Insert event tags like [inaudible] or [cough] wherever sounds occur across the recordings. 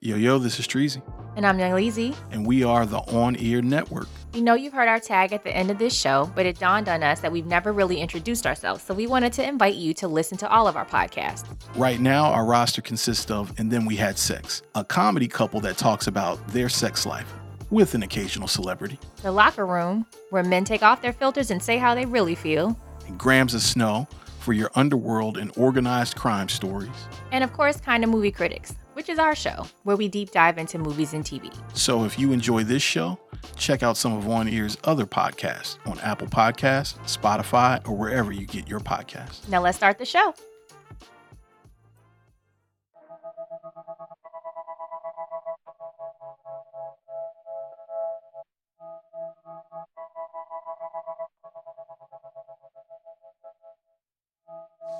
Yo, yo, this is Treasy, And I'm Young Leezy. and we are the On Ear Network. We know you've heard our tag at the end of this show, but it dawned on us that we've never really introduced ourselves, so we wanted to invite you to listen to all of our podcasts. Right now, our roster consists of And Then We Had Sex, a comedy couple that talks about their sex life with an occasional celebrity, The Locker Room, where men take off their filters and say how they really feel. and Grams of Snow for your underworld and organized crime stories. And of course, Kinda Movie Critics, which is our show, where we deep dive into movies and TV. So if you enjoy this show, check out some of On Ear's other podcasts on Apple Podcasts, Spotify, or wherever you get your podcasts. Now let's start the show.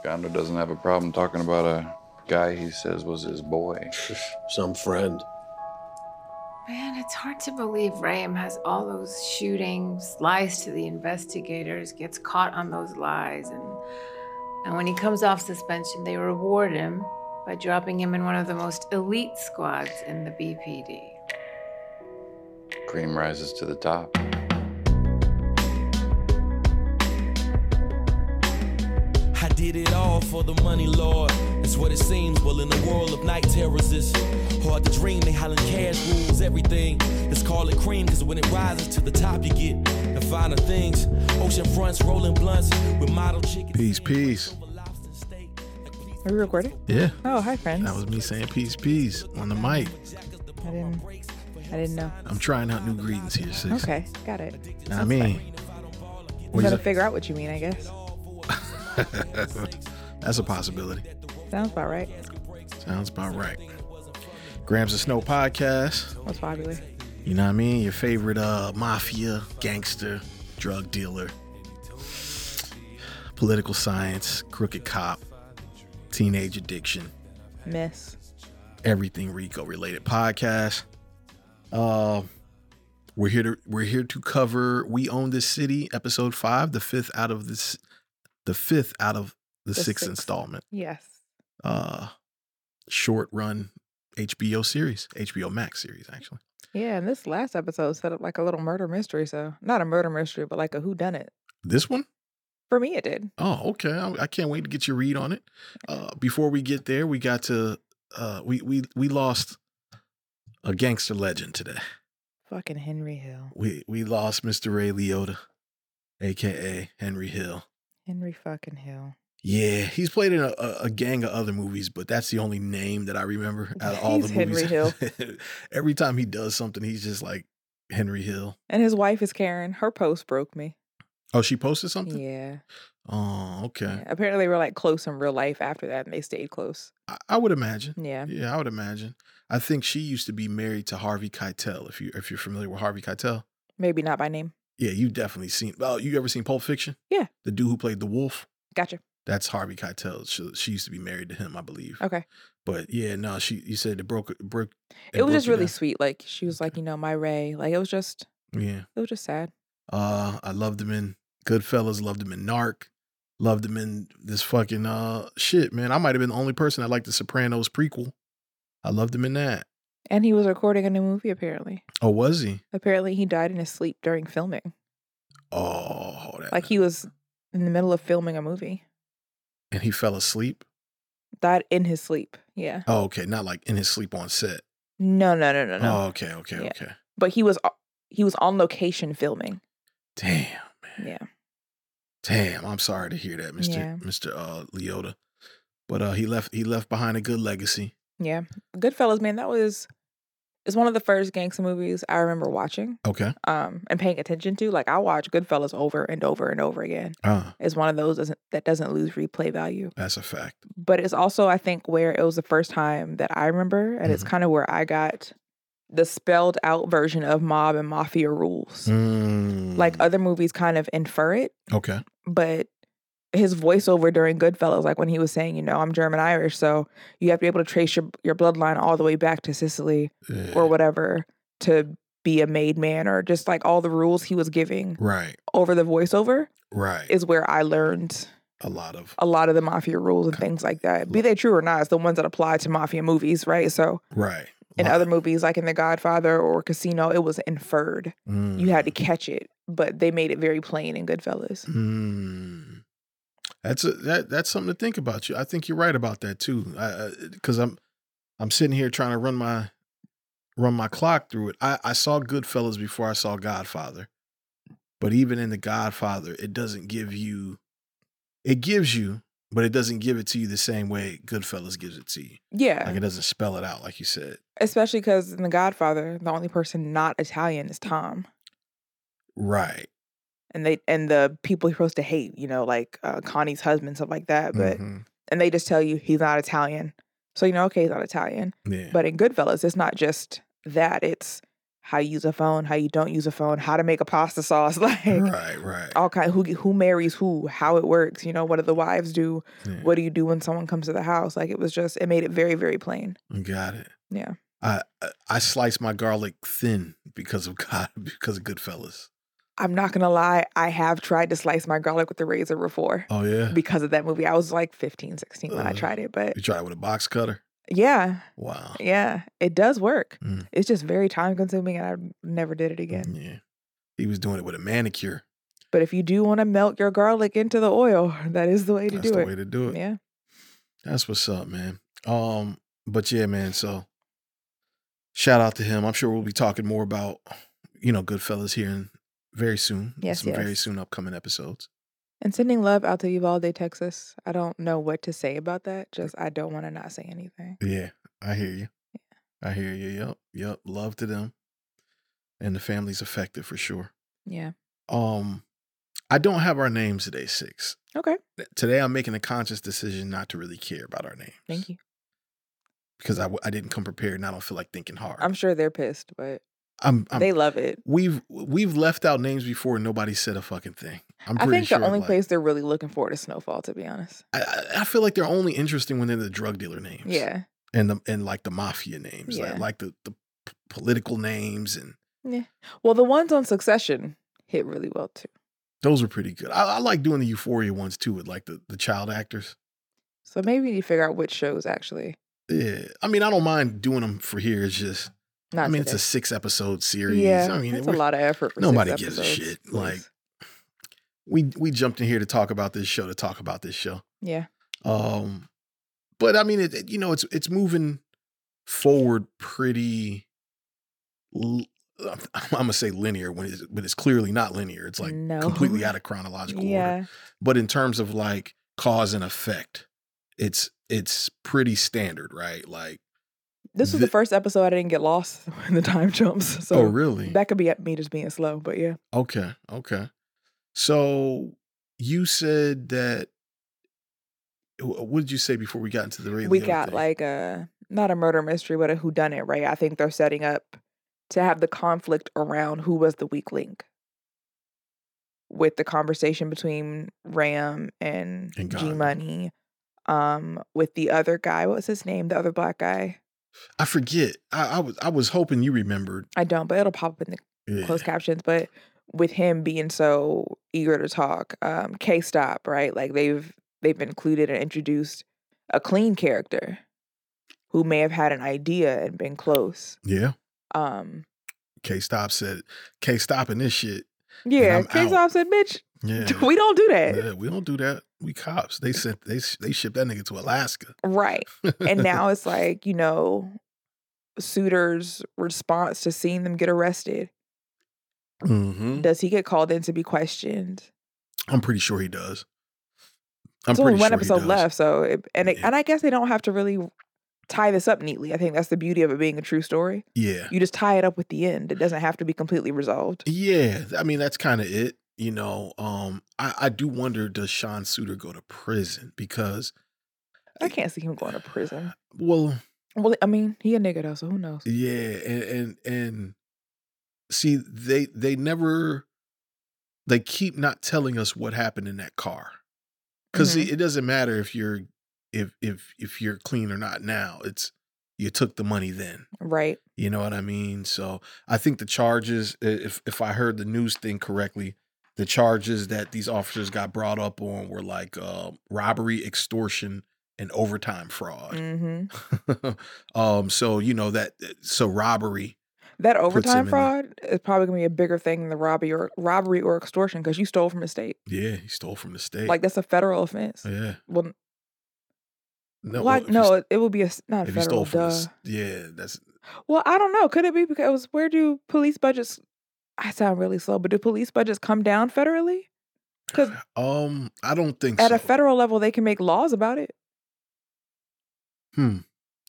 Condor doesn't have a problem talking about a guy he says was his boy. Some friend. Man, it's hard to believe Rayam has all those shootings, lies to the investigators, gets caught on those lies, and and when he comes off suspension, they reward him by dropping him in one of the most elite squads in the BPD. Cream rises to the top. I did it all for the money, Lord. It's what it seems. Well, in a world of night terrors, it's hard to dream. They hollering cash rules everything. Let's call it cream, cause when it rises to the top, you get the finer things. Ocean fronts, rolling blunts with model chicken. Peace, peace. Are we recording? Yeah, Oh, hi, friends. that was me saying peace, peace on the mic. I didn't. I didn't know. I'm trying out new greetings here, sis. Okay, got it. Know what I mean, We What you gotta say? figure out what you mean, I guess. [laughs] that's a possibility. Sounds about right. Sounds about right. Grams of Snow podcast. What's popular? You know what I mean? Your favorite uh, mafia, gangster, drug dealer, political science, crooked cop, teenage addiction, Miss. everything Rico related podcast. Uh, we're here to we're here to cover We Own This City, episode five, the fifth out of this the fifth out of the, The sixth sixth. installment. Yes. Uh short run HBO series, HBO Max series, actually. Yeah, and this last episode set up like a little murder mystery. So not a murder mystery, but like a who done it. This one? For me, it did. Oh, okay. I, I can't wait to get your read on it. Uh, before we get there, we got to uh, we we we lost a gangster legend today. Fucking Henry Hill. We we lost Mr. Ray Liotta, aka Henry Hill. Henry fucking Hill. Yeah, he's played in a, a, a gang of other movies, but that's the only name that I [laughs] remember out of all He's the movies. Henry [laughs] Every time he does something, he's just like Henry Hill. And his wife is Karen. Her post broke me. Oh, she posted something. Yeah. Oh, okay. yeah. Apparently, they were like close in real life after that, and they stayed close. I, I would imagine. Yeah. Yeah, I would imagine. I think she used to be married to Harvey Keitel. If you if you're familiar with Harvey Keitel, Maybe not by name. yeah, you definitely seen. Oh, you ever seen Pulp Fiction? Yeah. the dude who played the wolf. Gotcha. That's Harvey Keitel. She, she used to be married to him, I believe. Okay. But yeah, no, she. You said it broke. It broke. It was broke just you really down. sweet. Like she was like, you know, my Ray. Like it was just, Yeah. it was just sad. Uh, I loved him in Goodfellas. Loved him in Narc. Loved him in this fucking uh shit, man. I might have been the only person that liked the Sopranos prequel. I loved him in that. And he was recording a new movie, apparently. Oh, was he? Apparently, he died in his sleep during filming. Oh, that, Like, he was in the middle of filming a movie. and he fell asleep. Died in his sleep. Yeah. Oh, okay. Not like in his sleep on set. No, no, no, no, no. Oh, okay, okay, Yeah. okay. But he was o- he was on location filming. Damn, man. Yeah. Damn. I'm sorry to hear that, Mr. Yeah. Mr. Uh Leota. But uh he left he left behind a good legacy. Yeah. Goodfellas, man, that was is one of the first gangster movies I remember watching Okay. um and paying attention to. Like I watch Goodfellas over and over and over again. Uh It's one of those doesn't, that doesn't lose replay value. that's a fact. but it's also I think where it was the first time that I remember, and it's Mhm. kind of where I got the spelled out version of mob and mafia rules. Like uh, Mm, other movies kind of infer it, Okay. but his voiceover during Goodfellas, like when he was saying, you know, I'm German Irish, so you have to be able to trace your your bloodline all the way back to Sicily Yeah. or whatever to be a made man, or just like all the rules he was giving Right. over the voiceover Right. is where I learned a lot of a lot of the mafia rules and things like that. Be they true or not, it's the ones that apply to mafia movies, right? So right. In Right. other movies, like in The Godfather or Casino, it was inferred. Mm. You had to catch it, but they made it very plain in Goodfellas. Mm. That's a, that that's something to think about. You, I think you're right about that too. Because I'm I'm sitting here trying to run my run my clock through it. I, I saw Goodfellas before I saw Godfather, but even in the Godfather, it doesn't give you it gives you, but it doesn't give it to you the same way Goodfellas gives it to you. Yeah. Like it doesn't spell it out, like you said. Especially because in The Godfather, the only person not Italian is Tom. Right. And they and the people he's supposed to hate, you know, like uh, Connie's husband, stuff like that. But Mhm. and they just tell you he's not Italian. So you know, okay, he's not Italian. yeah. But in Goodfellas, it's not just that. It's how you use a phone, how you don't use a phone, how to make a pasta sauce, [laughs] like right. Right. all kind. Who who marries who, how it works. You know, what do the wives do? Yeah. What do you do when someone comes to the house? Like it was just, it made it very very plain. Got it. Yeah. I I- I slice my garlic thin because of [laughs] God because of Goodfellas. I'm not gonna lie, I have tried to slice my garlic with a razor before Oh yeah, because of that movie. I was like 15, 16 when I Ugh. tried it, but you try it with a box cutter. yeah, Wow. yeah, it does work. Mm. It's just very time consuming, and I never did it again. Yeah, he was doing it with a manicure. But if you do want to melt your garlic into the oil, [laughs] that is the way to That's do the it. way to do it. yeah. That's what's up, man. Um, but yeah, man. So shout out to him. I'm sure we'll be talking more about you know Goodfellas here in very soon. Yes, some very yes. soon upcoming episodes. And sending love out to Uvalde, Texas. I don't know what to say about that. Just I don't want to not say anything. Yeah, I hear you. I hear you. Yep, yep. Love to them, and the family's affected for sure. Yeah. Um, I don't have our names today, six. Okay. Today, I'm making a conscious decision not to really care about our names. Thank you. Because I, w- I didn't come prepared, and I don't feel like thinking hard. I'm sure they're pissed, but I'm. I'm- they love it. we've we've left out names before, and nobody said a fucking thing. I'm I pretty think sure. the only like- place they're really looking for is Snowfall, to be honest. I, I- I feel like they're only interesting when they're the drug dealer names. Yeah. and the and like the mafia names, like- Yeah. like, the the p- political names, and Well, the ones on Succession hit really well too. those are pretty good. I, I like doing the Euphoria ones too, with like the the child actors. So maybe we need to figure out which shows actually. Yeah, I mean, I don't mind doing them for here. It's just Not I mean, today. it's a six episode series. Yeah, I mean, that's a we're- lot of effort. For nobody six gives a episodes, shit, like- please. we we jumped in here to talk about this show to talk about this show. yeah, Um, but I mean, it, it- you know, it's it's moving forward pretty. l- I'm gonna say linear when it's but it's clearly not linear. It's like No. [laughs] completely out of chronological order. yeah, But in terms of like cause and effect, it's it's pretty standard, right? Like, this was the- the first episode I didn't get lost [laughs] in the time jumps. So oh really? that could be at me just being slow, but yeah, Okay. Okay. So you said that. wh- What did you say before we got into the radio? we got like a not a murder mystery, but a who done it, right? I think they're setting up to have the conflict around who was the weak link with the conversation between Ram and, And G Gandhi. Money, um, with the other guy. What was his name? The other black guy. I forget. I, I was I was hoping you remembered. I don't, but it'll pop up in the Yeah. closed captions, but with him being so eager to talk, um, K stop, right? Like they've they've included and introduced a clean character who may have had an idea and been close. Yeah. Um K Stop said K Stop and this [laughs] shit. yeah, I'm K out. stop said, [laughs] Mitch, Yeah. we don't do that. yeah. We don't do that. We cops. They sent they sh- they shipped that nigga to Alaska. Right. [laughs] and now it's like, you know, suitors response to seeing them get arrested. Mhm. Does he get called in to be questioned? I'm pretty sure he does. I'm There's only pretty one sure he episode does. left, so it, and it, Yeah. and I guess they don't have to really tie this up neatly. I think that's the beauty of it being a true story. Yeah. You just tie it up with the end. mm-hmm. It doesn't have to be completely resolved. Yeah, I mean that's kind of it. You know, um, I, I do wonder does Sean Suter go to prison because I can't see him going to prison. well, Well, I mean, he a nigga though, so who knows? yeah, and and, and see they they never they keep not telling us what happened in that car because Mhm. it doesn't matter if you're if if if you're clean or not now. It's you took the money then. Right? You know what I mean? So I think the charges, i- if if I heard the news thing correctly, the charges that these officers got brought up on were like uh, robbery, extortion, and overtime fraud. hmm [laughs] um, so you know that so robbery. That him in overtime the- fraud is probably gonna be a bigger thing than the robbery or robbery or extortion because you stole from the state. Yeah, he stole from the state. Like that's a federal offense. yeah, Well, no, well, I- well, if you no, st- it, it would be a s- not if you federal. stole from the duh. s- yeah, that's Well, I don't know. Could it be because where do police budgets? I sound really slow, but do police budgets come down federally? Because um, I don't think at so. a federal level, they can make laws about it.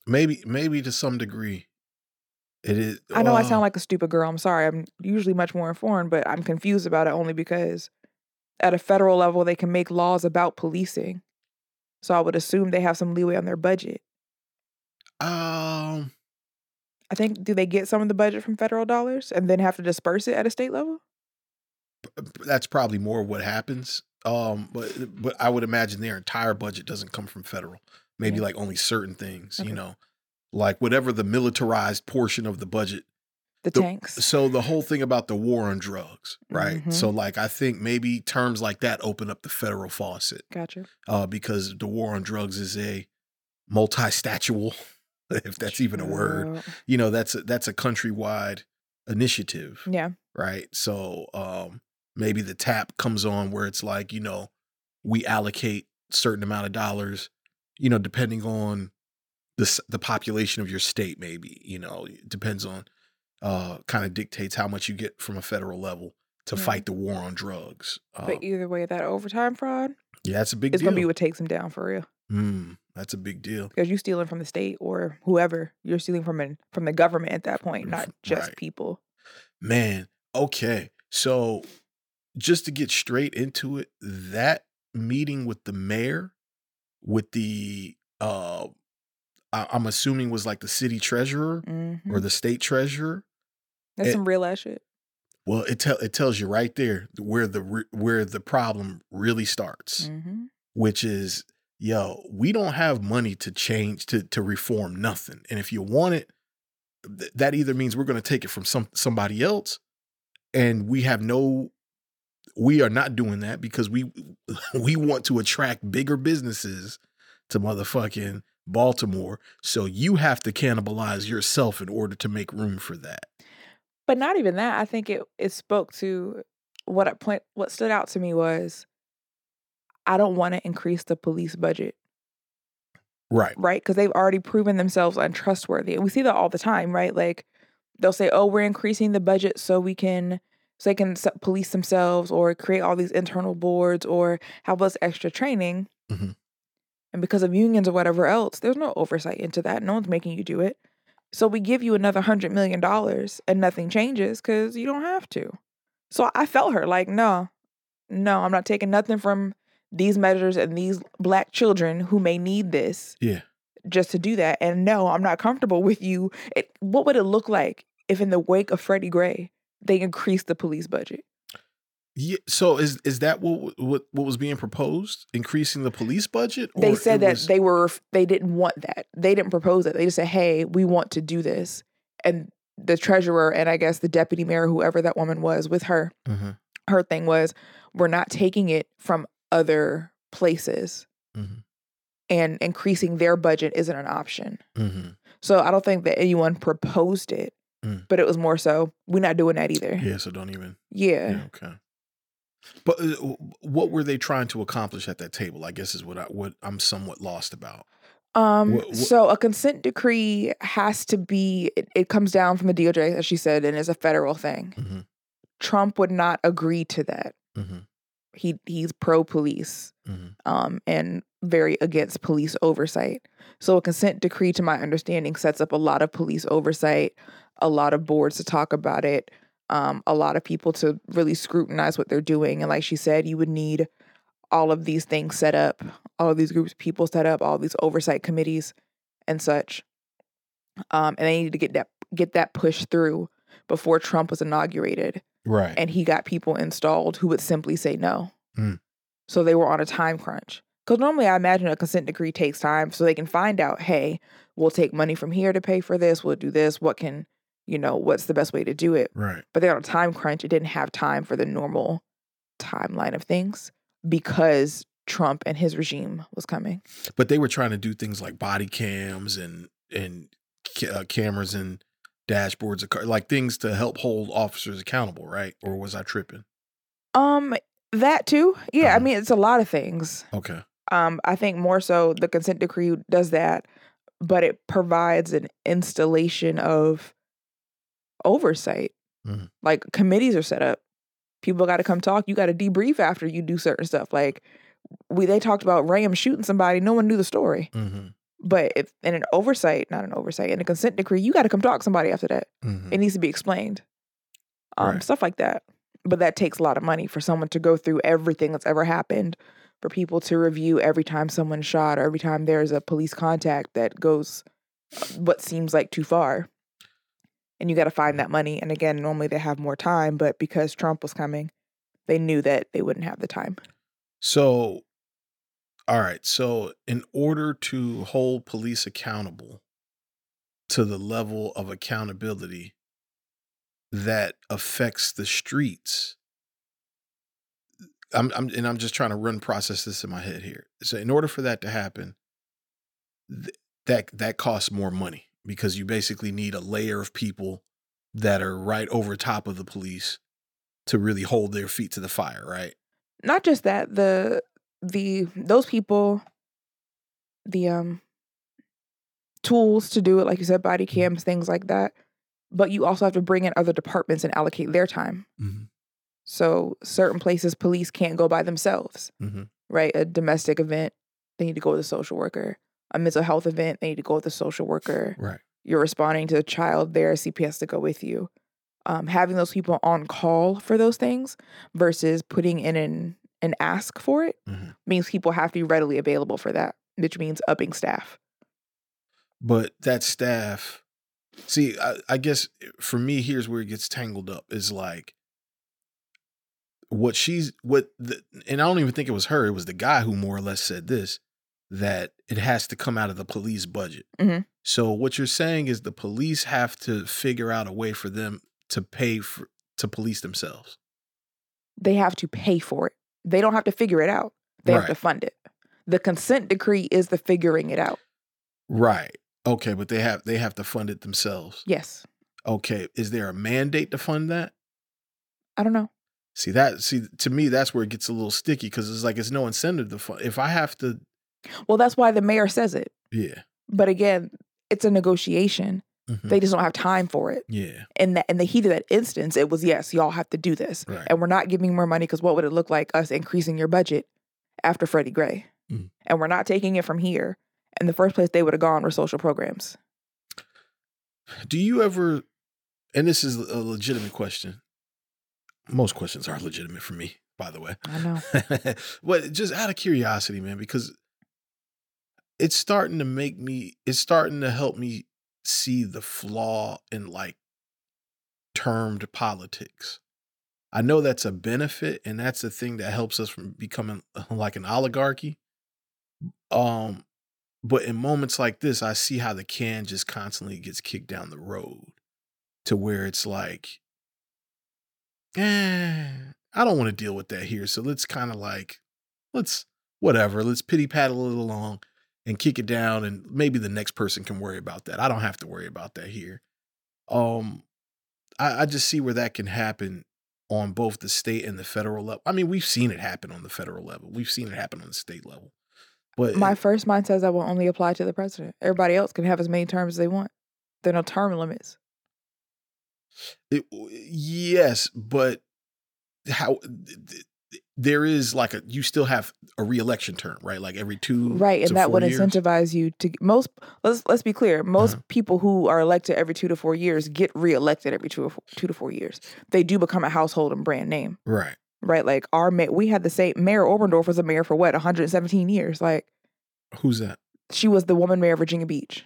maybe maybe to some degree, it is. um, I know I well, sound like a stupid girl. I'm sorry. I'm usually much more informed, but I'm confused about it only because at a federal level, they can make laws about policing. So I would assume they have some leeway on their budget. um, I think do they get some of the budget from federal dollars and then have to disperse it at a state level? that's probably more what happens. Um, but but I would imagine their entire budget doesn't come from federal. Maybe Yeah. like only certain things, Okay. you know, like whatever the militarized portion of the budget The, The- tanks. so the whole thing about the war on drugs right Mhm. so like i think maybe terms like that open up the federal faucet Gotcha. uh, because the war on drugs is a multi-statual [laughs] if that's even a word True. you know that's a, that's a countrywide initiative Yeah. right so um maybe the tap comes on where it's like you know we allocate certain amount of dollars you know depending on the s- the population of your state maybe you know it depends on uh kind of dictates how much you get from a federal level to Yeah. fight the war on drugs uh, Mm. But either way, that overtime fraud yeah that's a big is deal going to be what takes them down for real. mm, that's a big deal Because you're stealing from the state or whoever. You're stealing from an, from the government at that point, Mm, not f- just right. people. Man, okay. So just to get straight into it, that meeting with the mayor, with the uh I- I'm assuming was like the city treasurer Mhm. or the state treasurer. That's it- some real ass shit. Well, it tell it tells you right there where the re- where the problem really starts, hmm which is yo, we don't have money to change to to reform nothing. And if you want it, th- that either means we're going to take it from some somebody else and we have no we are not doing that because we [laughs] we want to attract bigger businesses to motherfucking Baltimore so you have to cannibalize yourself in order to make room for that But not even that. I think it, it spoke to what I point. What stood out to me was I don't want to increase the police budget, right right? Because they've already proven themselves untrustworthy, and we see that all the time, right? Like they'll say, "Oh, we're increasing the budget so we can." So they can s- police themselves, or create all these internal boards, or have us extra training, Mhm. and because of unions or whatever else, there's no oversight into that. No one's making you do it. So we give you another hundred million dollars and nothing changes because you don't have to. So I felt her like, no, no, I'm not taking nothing from these measures and these black children who may need this. Yeah. Just to do that. And no, I'm not comfortable with you. It, what would it look like if in the wake of Freddie Gray, they increased the police budget? yeah, so is is that what what what was being proposed increasing the police budget they Or said it that was- they were they didn't want that they didn't propose it they just said hey we want to do this and the treasurer and i guess the deputy mayor whoever that woman was with her Mhm, her thing was we're not taking it from other places Mhm. and increasing their budget isn't an option mhm. so i don't think that anyone proposed it Mm. but it was more so we're not doing that either yeah so don't even yeah, [laughs] Yeah, okay. But uh, w- what were they trying to accomplish at that table? I guess is what I what I'm somewhat lost about. Um, Wha- wha- so a consent decree has to be, it, it comes down from the DOJ, as she said, and is a federal thing. Mhm. Trump would not agree to that. Mhm. He he's pro police, Mhm. um, and very against police oversight. So a consent decree, to my understanding, sets up a lot of police oversight, a lot of boards to talk about it, um, a lot of people to really scrutinize what they're doing. And like she said, you would need all of these things set up, all of these groups of people set up, all these oversight committees and such. Um, and they needed to get that get that pushed through before Trump was inaugurated, Right. and he got people installed who would simply say no. Mm. So they were on a time crunch. Because normally, I imagine a consent decree takes time, so they can find out, hey, we'll take money from here to pay for this. We'll do this. What can you know? What's the best way to do it? right. but they're on a time crunch. It didn't have time for the normal timeline of things because Trump and his regime was coming. but they were trying to do things like body cams and and ca- uh, cameras and dashboards of car, like things to help hold officers accountable, right? Or was I tripping? Um, that too. Yeah, I Uh-huh. mean, it's a lot of things. Okay, Um, I think more so the consent decree does that, but it provides an installation of oversight. Mhm. Like committees are set up. People got to come talk. You got to debrief after you do certain stuff. Like we, they talked about Ram shooting somebody. No one knew the story. mm-hmm. But if, in an oversight, not an oversight, in a consent decree, you got to come talk to somebody after that. Mm-hmm. It needs to be explained. Um, Right. Stuff like that. But that takes a lot of money for someone to go through everything that's ever happened, for people to review every time someone's shot or every time there's a police contact that goes uh, what seems like too far. And you got to find that money. And again, normally they have more time, but because Trump was coming, they knew that they wouldn't have the time. So, all right. So, in order to hold police accountable to the level of accountability that affects the streets, I'm, I'm and I'm just trying to run process this in my head here. So, in order for that to happen, th- that that costs more money because you basically need a layer of people that are right over top of the police to really hold their feet to the fire, right? Not just that, the the those people, the um tools to do it, like you said, body cams, things like that. But you also have to bring in other departments and allocate their time. Mm-hmm. So certain places police can't go by themselves, Mhm. right? A domestic event, they need to go with a social worker. A mental health event, they need to go with a social worker. Right. You're responding to a child, there CPS to go with you. Um, having those people on call for those things versus putting in an an ask for it Mhm. means people have to be readily available for that, which means upping staff. but that staff see I, I guess eh, for me here's where it gets tangled up is like what she's what the, and i don't even think it was her it was the guy who more or less said this that it has to come out of the police budget Mhm. so what you're saying is the police have to figure out a way for them to pay for to police themselves they have to pay for it. They don't have to figure it out. They have Right. to fund it. The consent decree is the figuring it out. right okay but they have they have to fund it themselves Yes. okay is there a mandate to fund that I don't know. See that? See to me, that's where it gets a little sticky because it's like it's no incentive to. Fund. If I have to, Well, that's why the mayor says it. yeah, But again, it's a negotiation. Mhm. They just don't have time for it. yeah, In that in the heat of that instance, it was yes, y'all have to do this. right, And we're not giving more money because what would it look like us increasing your budget after Freddie Gray? Mm. And we're not taking it from here. And the first place they would have gone were social programs. Do you ever, and this is a legitimate question. Most questions are legitimate for me, by the way. I know. [laughs] but just out of curiosity, man, because it's starting to make me, it's starting to help me see the flaw in like termed politics. I know that's a benefit and that's the thing that helps us from becoming [laughs] like an oligarchy. Um, but in moments like this, I see how the can just constantly gets kicked down the road to where it's like, eh, I don't want to deal with that here. So let's kind of like, let's whatever, let's pity paddle it along and kick it down. And maybe the next person can worry about that. I don't have to worry about that here. Um, I, I just see where that can happen on both the state and the federal level. I mean, we've seen it happen on the federal level. We've seen it happen on the state level. But My first mind says I will only apply to the president. Everybody else can have as many terms as they want. There are no term limits. It, yes, but how th- th- there is like a you still have a reelection term, right? Like every two Right. to And that four would years. incentivize you to most let's let's be clear, most Uh-huh. people who are elected every two to four years get reelected every two or four, two to four years. They do become a household and brand name. right? Right. Like our mayor we had the same Mayor Oberndorf was a mayor for what, 117 years. Like Who's that? she was the woman mayor of Virginia Beach.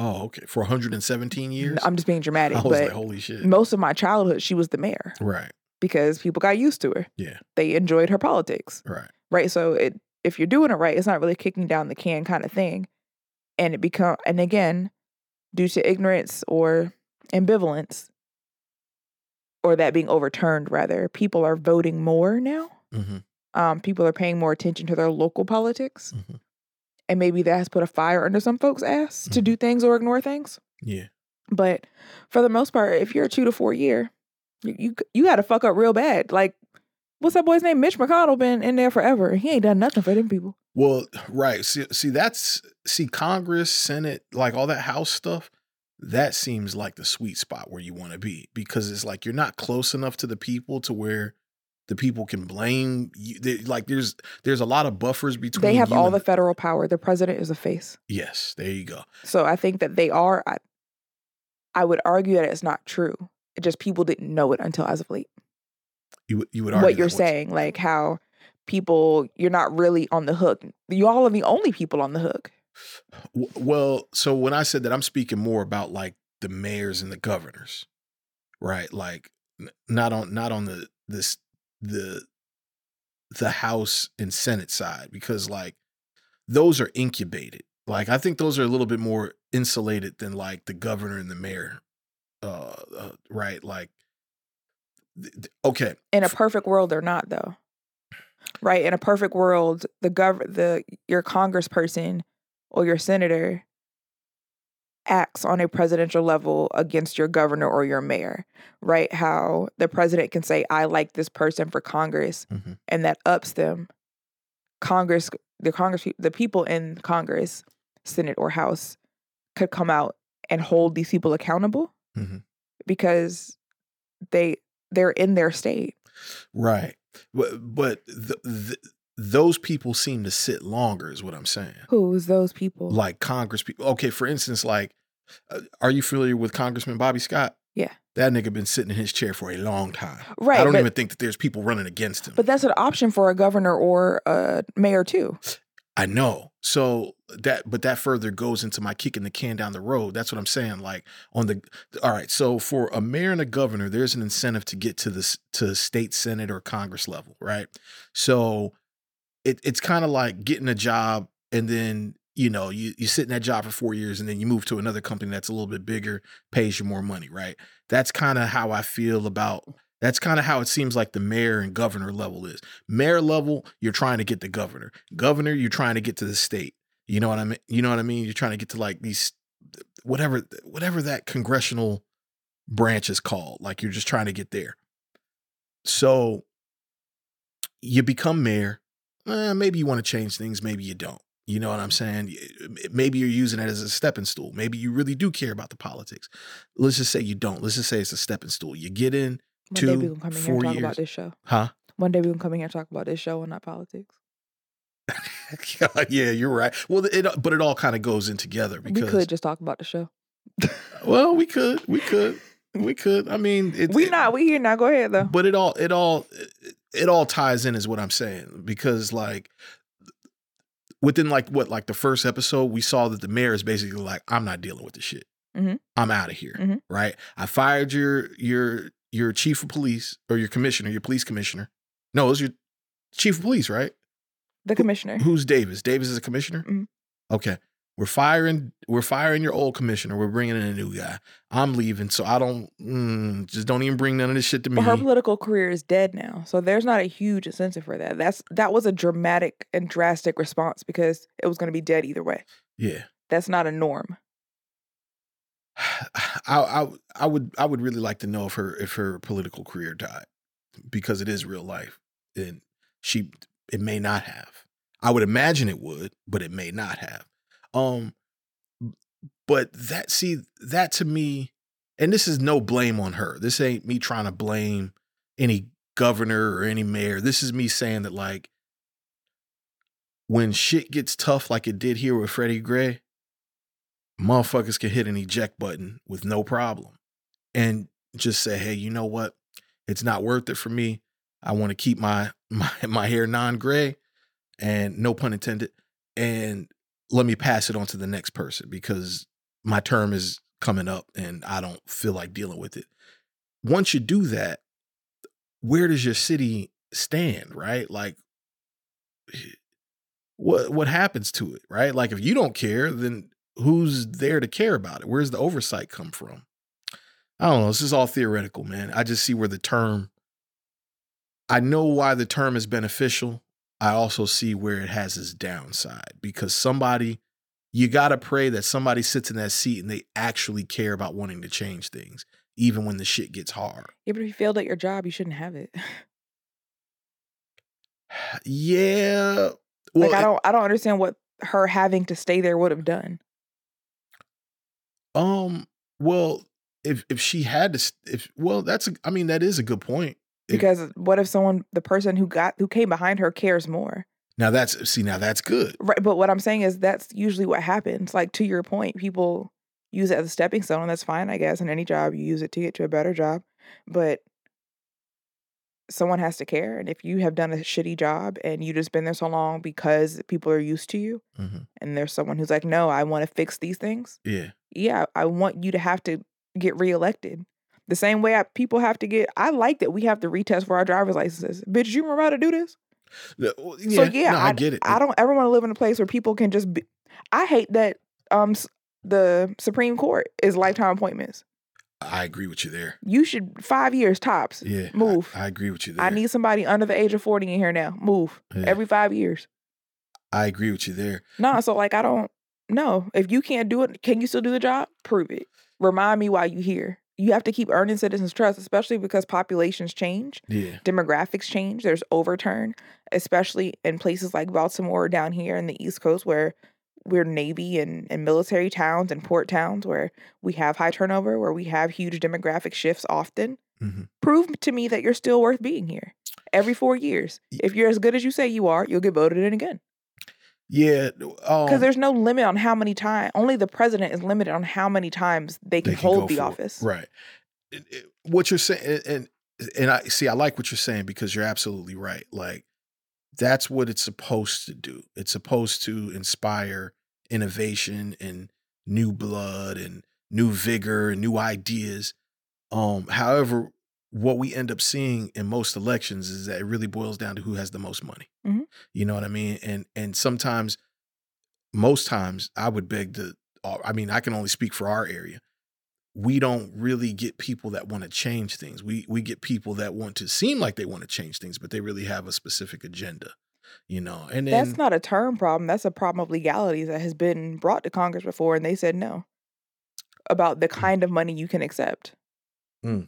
Oh, okay, for 117 years. I'm just [laughs] being I dramatic. was but like, holy shit! most of my childhood she was the mayor Right, because people got used to her. Yeah. They enjoyed her politics. right, right? So it if you're doing it right, it's not really kicking down the can kind of thing, and it become and again, due to ignorance or ambivalence, or that being overturned rather, people are voting more now hmm um, people are paying more attention to their local politics, Mhm. and maybe that has put a fire under some folks' ass to Mm-hmm. do things or ignore things. Yeah. But for the most part, if you're a two to four year, you you, you got to fuck up real bad. Like, what's that boy's name? Mitch McConnell been in there forever. He ain't done nothing for them people. Well, right. See, see, that's see, Congress, Senate, like all that House stuff. That seems like the sweet spot where you want to be because it's like you're not close enough to the people to where the people can blame you. They, like there's there's a lot of buffers between. They have you all and- the federal power. The president is the face. yes, there you go. So I think that they are. I, I would argue that it's not true. It just people didn't know it until as of late. You would- you would argue What you're that was- saying, like how people, you're not really on the hook. Y'all are the only people on the hook. W- Well, so when I said that, I'm speaking more about like the mayors and the governors, right? Like n- not on not on the this the the House and Senate side because like those are incubated. Like I think those are a little bit more insulated than like the governor and the mayor, uh, uh right? Like th- th- okay, In a perfect world, they're not though. Right? In a perfect world, the gov the your congressperson or your senator acts on a presidential level against your governor or your mayor. Right? How the president can say, I like this person for Congress Mhm. and that ups them. Congress the Congress the people in Congress, Senate or House, could come out and hold these people accountable Mhm. because they they're in their state. right? But but th- th- those people seem to sit longer, is what I'm saying. Who's those people? like Congress people. Okay, for instance, like, uh, are you familiar with Congressman Bobby Scott? Yeah. That nigga been sitting in his chair for a long time. right. I don't but, even think that there's people running against him. but that's an option for a governor or a mayor too. I know. So that, but that further goes into my kicking the can down the road. That's what I'm saying. Like on the, all right. So for a mayor and a governor, there's an incentive to get to this to state senate or Congress level, right? So it, it's kind of like getting a job and then you know you you sit in that job for four years and then you move to another company that's a little bit bigger, pays you more money, right? That's kind of how I feel about. That's kind of how it seems like the mayor and governor level is. Mayor level, you're trying to get the governor. Governor, you're trying to get to the state. You know what I mean? You know what I mean? You're trying to get to like these whatever whatever that congressional branch is called. Like you're just trying to get there. So you become mayor. Eh, maybe you want to change things, maybe you don't. You know what I'm saying? Maybe you're using it as a stepping stool. Maybe you really do care about the politics. Let's just say you don't. Let's just say it's a stepping stool. You get in, One day we Two, gonna come in here four and talk years. about this show. huh? [laughs] One day we gonna come in here and talk about this show and not politics. yeah, you're right. Well, it but it all kind of goes in together because we could just talk about the show. well, we could, we could, we could. I mean, it, we it- not. We here now. Go ahead though. but it all, it all, it, it all ties in, is what I'm saying. Because like within like what like the first episode, we saw that the mayor is basically like, I'm not dealing with this shit. Mhm. I'm out of here. Mhm. Right? I fired your your your chief of police or your commissioner, your police commissioner. No, it was your chief of police, right? the commissioner. Who's Davis? Davis is a commissioner. Mhm. Okay, we're firing. We're firing your old commissioner. We're bringing in a new guy. I'm leaving, so I don't. Mm, just don't even bring none of this shit to me. But her political career is dead now, so there's not a huge incentive for that. That's that was a dramatic and drastic response because it was going to be dead either way. yeah, That's not a norm. [sighs] I, I I would I would really like to know if her if her political career died because it is real life and she it may not have. I would imagine it would, but it may not have. Um, but that see that to me, and this is no blame on her. This ain't me trying to blame any governor or any mayor. This is me saying that like when shit gets tough, like it did here with Freddie Gray, motherfuckers can hit an eject button with no problem and just say, hey, you know what? It's not worth it for me. I want to keep my [laughs] my my hair non-gray and no pun intended. And let me pass it on to the next person because my term is coming up and I don't feel like dealing with it. Once you do that, where does your city stand, right? Like eh, what what happens to it, right? Like if you don't care, then who's there to care about it? Where's the oversight come from? I don't know. This is all theoretical, man. I just see where the term I know why the term is beneficial I also see where it has its downside because somebody, you got to pray that somebody sits in that seat and they actually care about wanting to change things, even when the shit gets hard. [sighs] Yeah, but if you failed at your job, you shouldn't have it. [laughs] Yeah. like Well, I don't I don't understand what her having to stay there would have done. um, well, if if she had to, s- if well, that's a, I mean, that is a good point. If- Because what if someone the person who got who came behind her cares more? now that's see, now that's good. Right. But what I'm saying is that's usually what happens. Like to your point, people use it as a stepping stone, and that's fine, I guess. In any job, you use it to get to a better job. But someone has to care. And if you have done a shitty job and you just been there so long because people are used to you, Mhm. and there's someone who's like, No, I want to fix these things. Yeah. Yeah, I want you to have to get reelected. The same way I, people have to get, I like that we have to retest for our driver's licenses. Bitch, you remember how to do this? No, well, So yeah, no, I, get it. I don't ever want to live in a place where people can just be. I hate that um s- the Supreme Court is lifetime appointments. I agree with you there. You should five years tops. Yeah. I- Move. I, agree with you there. I need somebody under the age of forty in here now. Move Yeah, every five years. I agree with you there. No, so like I don't. No, if you can't do it, can you still do the job? Prove it. Remind me why you here. You have to keep earning citizens' trust, especially because populations change, Yeah. demographics change, there's overturn, especially in places like Baltimore down here in the East Coast where we're navy and, and military towns and port towns where we have high turnover, where we have huge demographic shifts often. Mhm. Prove to me that you're still worth being here every four years. If you're as good as you say you are, you'll get voted in again. Yeah. Because Um, there's no limit on how many times, only the president is limited on how many times they can they can go hold the for it. office. Right. It- it- What you're saying, and and I see, I like what you're saying because you're absolutely right. Like that's what it's supposed to do. It's supposed to inspire innovation and new blood and new vigor and new ideas. Um, however, what we end up seeing in most elections is that it really boils down to who has the most money. Mhm. You know what I mean? And and sometimes, most times, I would beg to. uh, I mean, I can only speak for our area we don't really get people that want to change things. We we get people that want to seem like they want to change things, but they really have a specific agenda, you know. And then That's not a term problem. That's a problem of legality that has been brought to Congress before, and they said no about Mm. the kind of money you can accept. I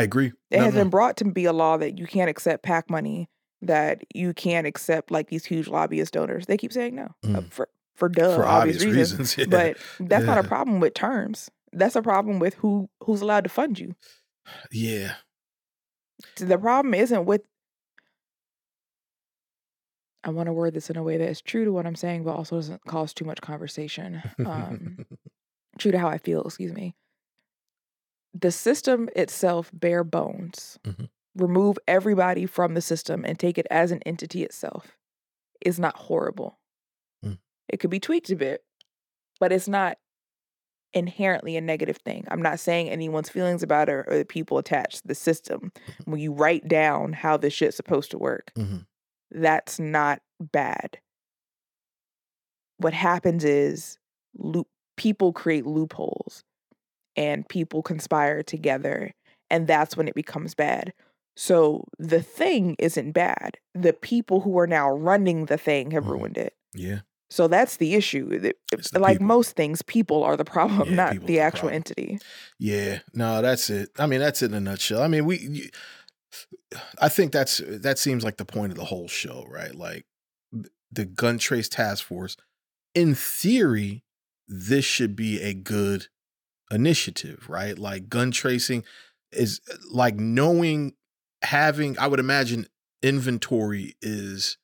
agree. It No, has no. been brought to be a law that you can't accept PAC money, that you can't accept like these huge lobbyist donors. They keep saying no uh, Mm. for for duh for obvious [laughs] reasons. reasons. yeah. But that's not a Yeah. problem with terms. That's a problem with who who's allowed to fund you. yeah, [laughs] the problem isn't with I want to word this in a way that is true to what I'm saying, but also doesn't cause too much conversation. [laughs] Um, true to how I feel, excuse me. The system itself, bare bones, Mhm. remove everybody from the system and take it as an entity itself, is not horrible. Mm. It could be tweaked a bit, but it's not inherently a negative thing. I'm not saying anyone's feelings about it or, the people attached to the system. When you write down how this shit's supposed to work, Mhm. that's not bad. What happens is loop, people create loopholes and people conspire together, and that's when it becomes bad. So the thing isn't bad. The people who are now running the thing have Mhm. ruined it. yeah, So that's the issue. Th- It's the like people. most things, people are the problem, Yeah, not people's the the actual problem. entity. yeah. No, that's it. I mean, that's it in a nutshell. I mean, we. You, I think that's that seems like the point of the whole show, right? Like th- the gun trace task force. In theory, this should be a good initiative, right? Like gun tracing is like knowing, having, I would imagine inventory is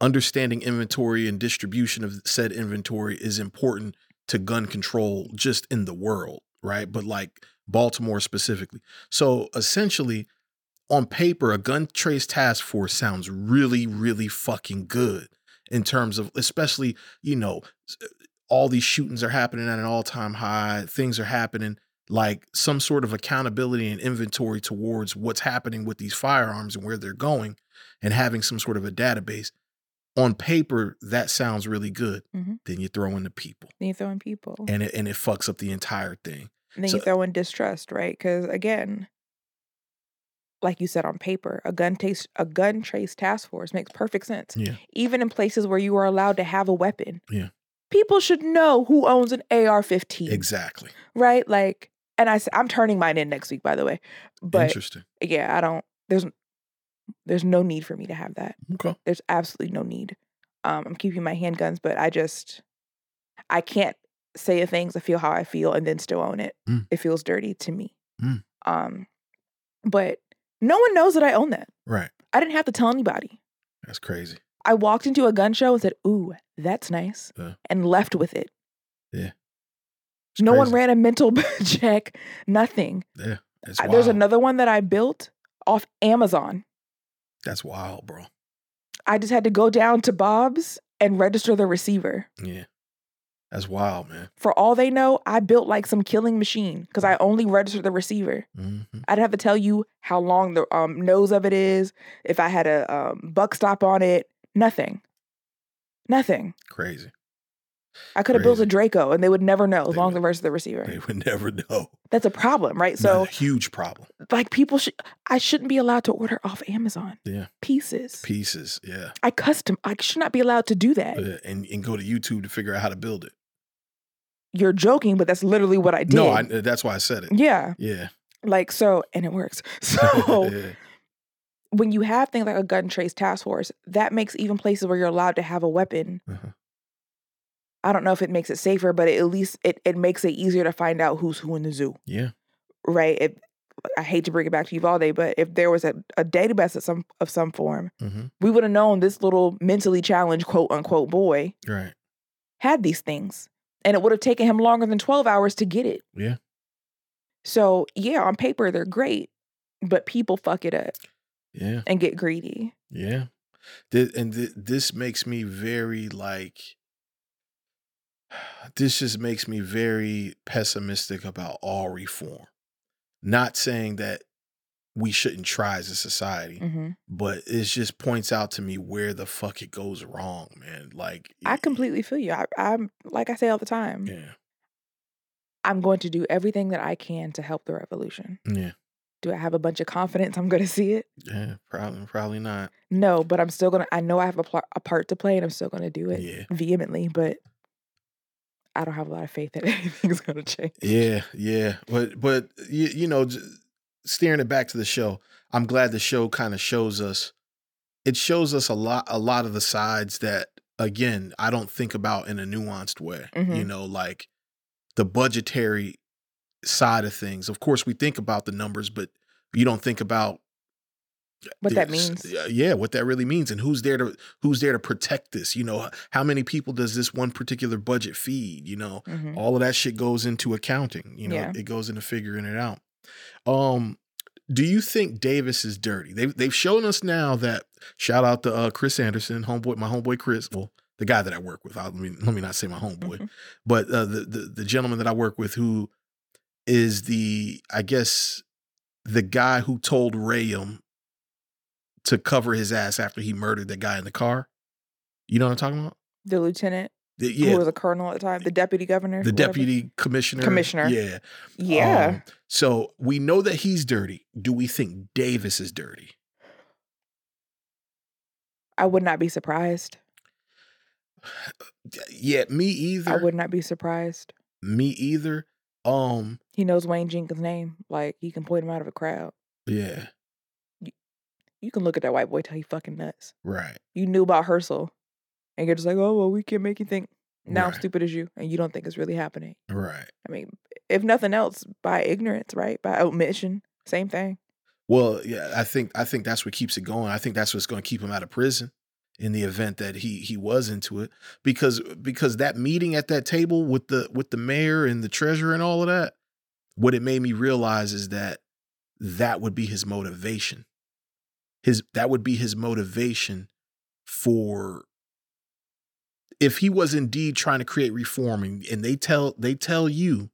understanding inventory and distribution of said inventory is important to gun control just in the world, right? But like Baltimore specifically. So essentially, on paper, a gun trace task force sounds really, really fucking good in terms of, especially, you know, all these shootings are happening at an all-time high things are happening like some sort of accountability and inventory towards what's happening with these firearms and where they're going and having some sort of a database on paper that sounds really good Mhm. then you throw in the people Then you throw in people. and it, and it fucks up the entire thing And then So- you throw in distrust, right? Because again, like you said on paper, a gun taste a gun trace task force makes perfect sense. Yeah. Even in places where you are allowed to have a weapon. Yeah. People should know who owns an AR-15. Exactly. Right? Like and I am turning mine in next week by the way. But Interesting. yeah, I don't there's there's no need for me to have that. Okay. There's absolutely no need. Um, I'm keeping my handguns, but I just I can't say the things I feel how I feel and then still own it. Mm. It feels dirty to me. Mm. Um, but no one knows that I own that. Right. I didn't have to tell anybody. That's crazy. I walked into a gun show and said, "Ooh, that's nice," Yeah. and left with it. It's no one crazy. ran a mental [laughs] check. Nothing. Yeah. That's I- wild. There's another one that I built off Amazon. That's wild, bro. I just had to go down to Bob's and register the receiver. Yeah. That's wild, man. For all they know, I built like some killing machine because I only registered the receiver. Mm-hmm. I'd have to tell you how long the um, nose of it is, if I had a um, buck stop on it, nothing. Nothing. Crazy. I could have built a Crazy. Draco and they would never know They as long would- as the verse of the receiver. They would [laughs] never know. That's a problem, right? So So, huge problem. like, people should, I shouldn't be allowed to order off Amazon Yeah. pieces. Pieces. Yeah. I custom, I should not be allowed to do that. Uh, and and go to YouTube to figure out how to build it. You're joking, but that's literally what I did. No, I, uh, that's why I said it. yeah. [laughs] Yeah. Like, so, and it works. [laughs] So, [laughs] yeah. when you have things like a gun trace task force, that makes even places where you're allowed to have a weapon. Uh-huh. I don't know if it makes it safer, but at least it, it makes it easier to find out who's who in the zoo, Yeah. right? If I hate to bring it back to Uvalde, but if there was a, a database of some of some form, Mhm. we would have known this little mentally challenged quote unquote boy Right. had these things. And it would have taken him longer than 12 hours to get it. Yeah. So yeah, on paper they're great, but people fuck it up Yeah. and get greedy. Yeah. Thi- and thi- this makes me very like this just makes me very pessimistic about all reform. Not saying that we shouldn't try as a society, hmm but it just points out to me where the fuck it goes wrong, man. Like I it- completely feel you. I, I'm like I say all the time. Yeah. I'm going to do everything that I can to help the revolution. Yeah. Do I have a bunch of confidence I'm going to see it? Yeah. Probably probably not. No, but I'm still going to, I know I have a, pl- a part to play and I'm still going to do it Yeah. vehemently, but I don't have a lot of faith that [laughs] anything's going to change. Yeah, yeah, but but you, you know, j- steering it back to the show, I'm glad the show kind of shows us. It shows us a lot, a lot of the sides that, again, I don't think about in a nuanced way. You Mhm. know, like the budgetary side of things. Of course, we think about the numbers, but you don't think about What that this- uh, means. Yeah, what that really means, and who's there to who's there to protect this? You know, how many people does this one particular budget feed? You know, Mhm. all of that shit goes into accounting you know Yeah. it goes into figuring it out um do you think davis is dirty they've, they've shown us now that shout out to uh, chris anderson homeboy my homeboy chris well the guy that i work with I, let, me, let me not say my homeboy Mhm. but uh, the, the the gentleman that i work with who is the i guess the guy who told rayum to cover his ass after he murdered that guy in the car you know what i'm talking about The lieutenant, The- who yeah was a colonel at the time, the deputy governor, the whatever. deputy commissioner Commissioner. yeah Yeah. um, so we know that he's dirty. Do we think Davis is dirty? [sighs] I would not be surprised. D- Yeah, me either. I would not be surprised. Me either. Um, He knows Wayne Jenkins' name. Like, he can point him out of a crowd. yeah, You can look at that white boy till he fucking nuts. right. you knew about Herschel, and you're just like, oh well, we can make you think now I'm Right. stupid as you, and you don't think it's really happening. Right. I mean, if nothing else, by ignorance, right? By omission, same thing. Well, yeah, I think I think that's what keeps it going. I think that's what's going to keep him out of prison in the event that he he was into it because because that meeting at that table with the with the mayor and the treasurer and all of that what it made me realize is that that would be his motivation his that would be his motivation for if he was indeed trying to create reforming and they tell they tell you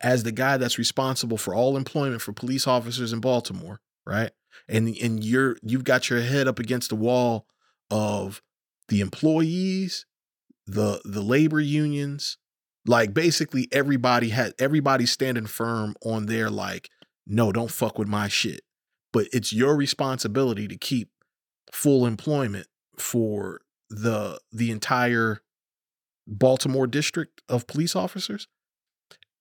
as the guy that's responsible for all employment for police officers in Baltimore, right? And and you're you've got your head up against the wall of the employees, the the labor unions, like basically everybody had everybody standing firm on their like, no, don't fuck with my shit. but it's your responsibility to keep full employment for the the entire Baltimore district of police officers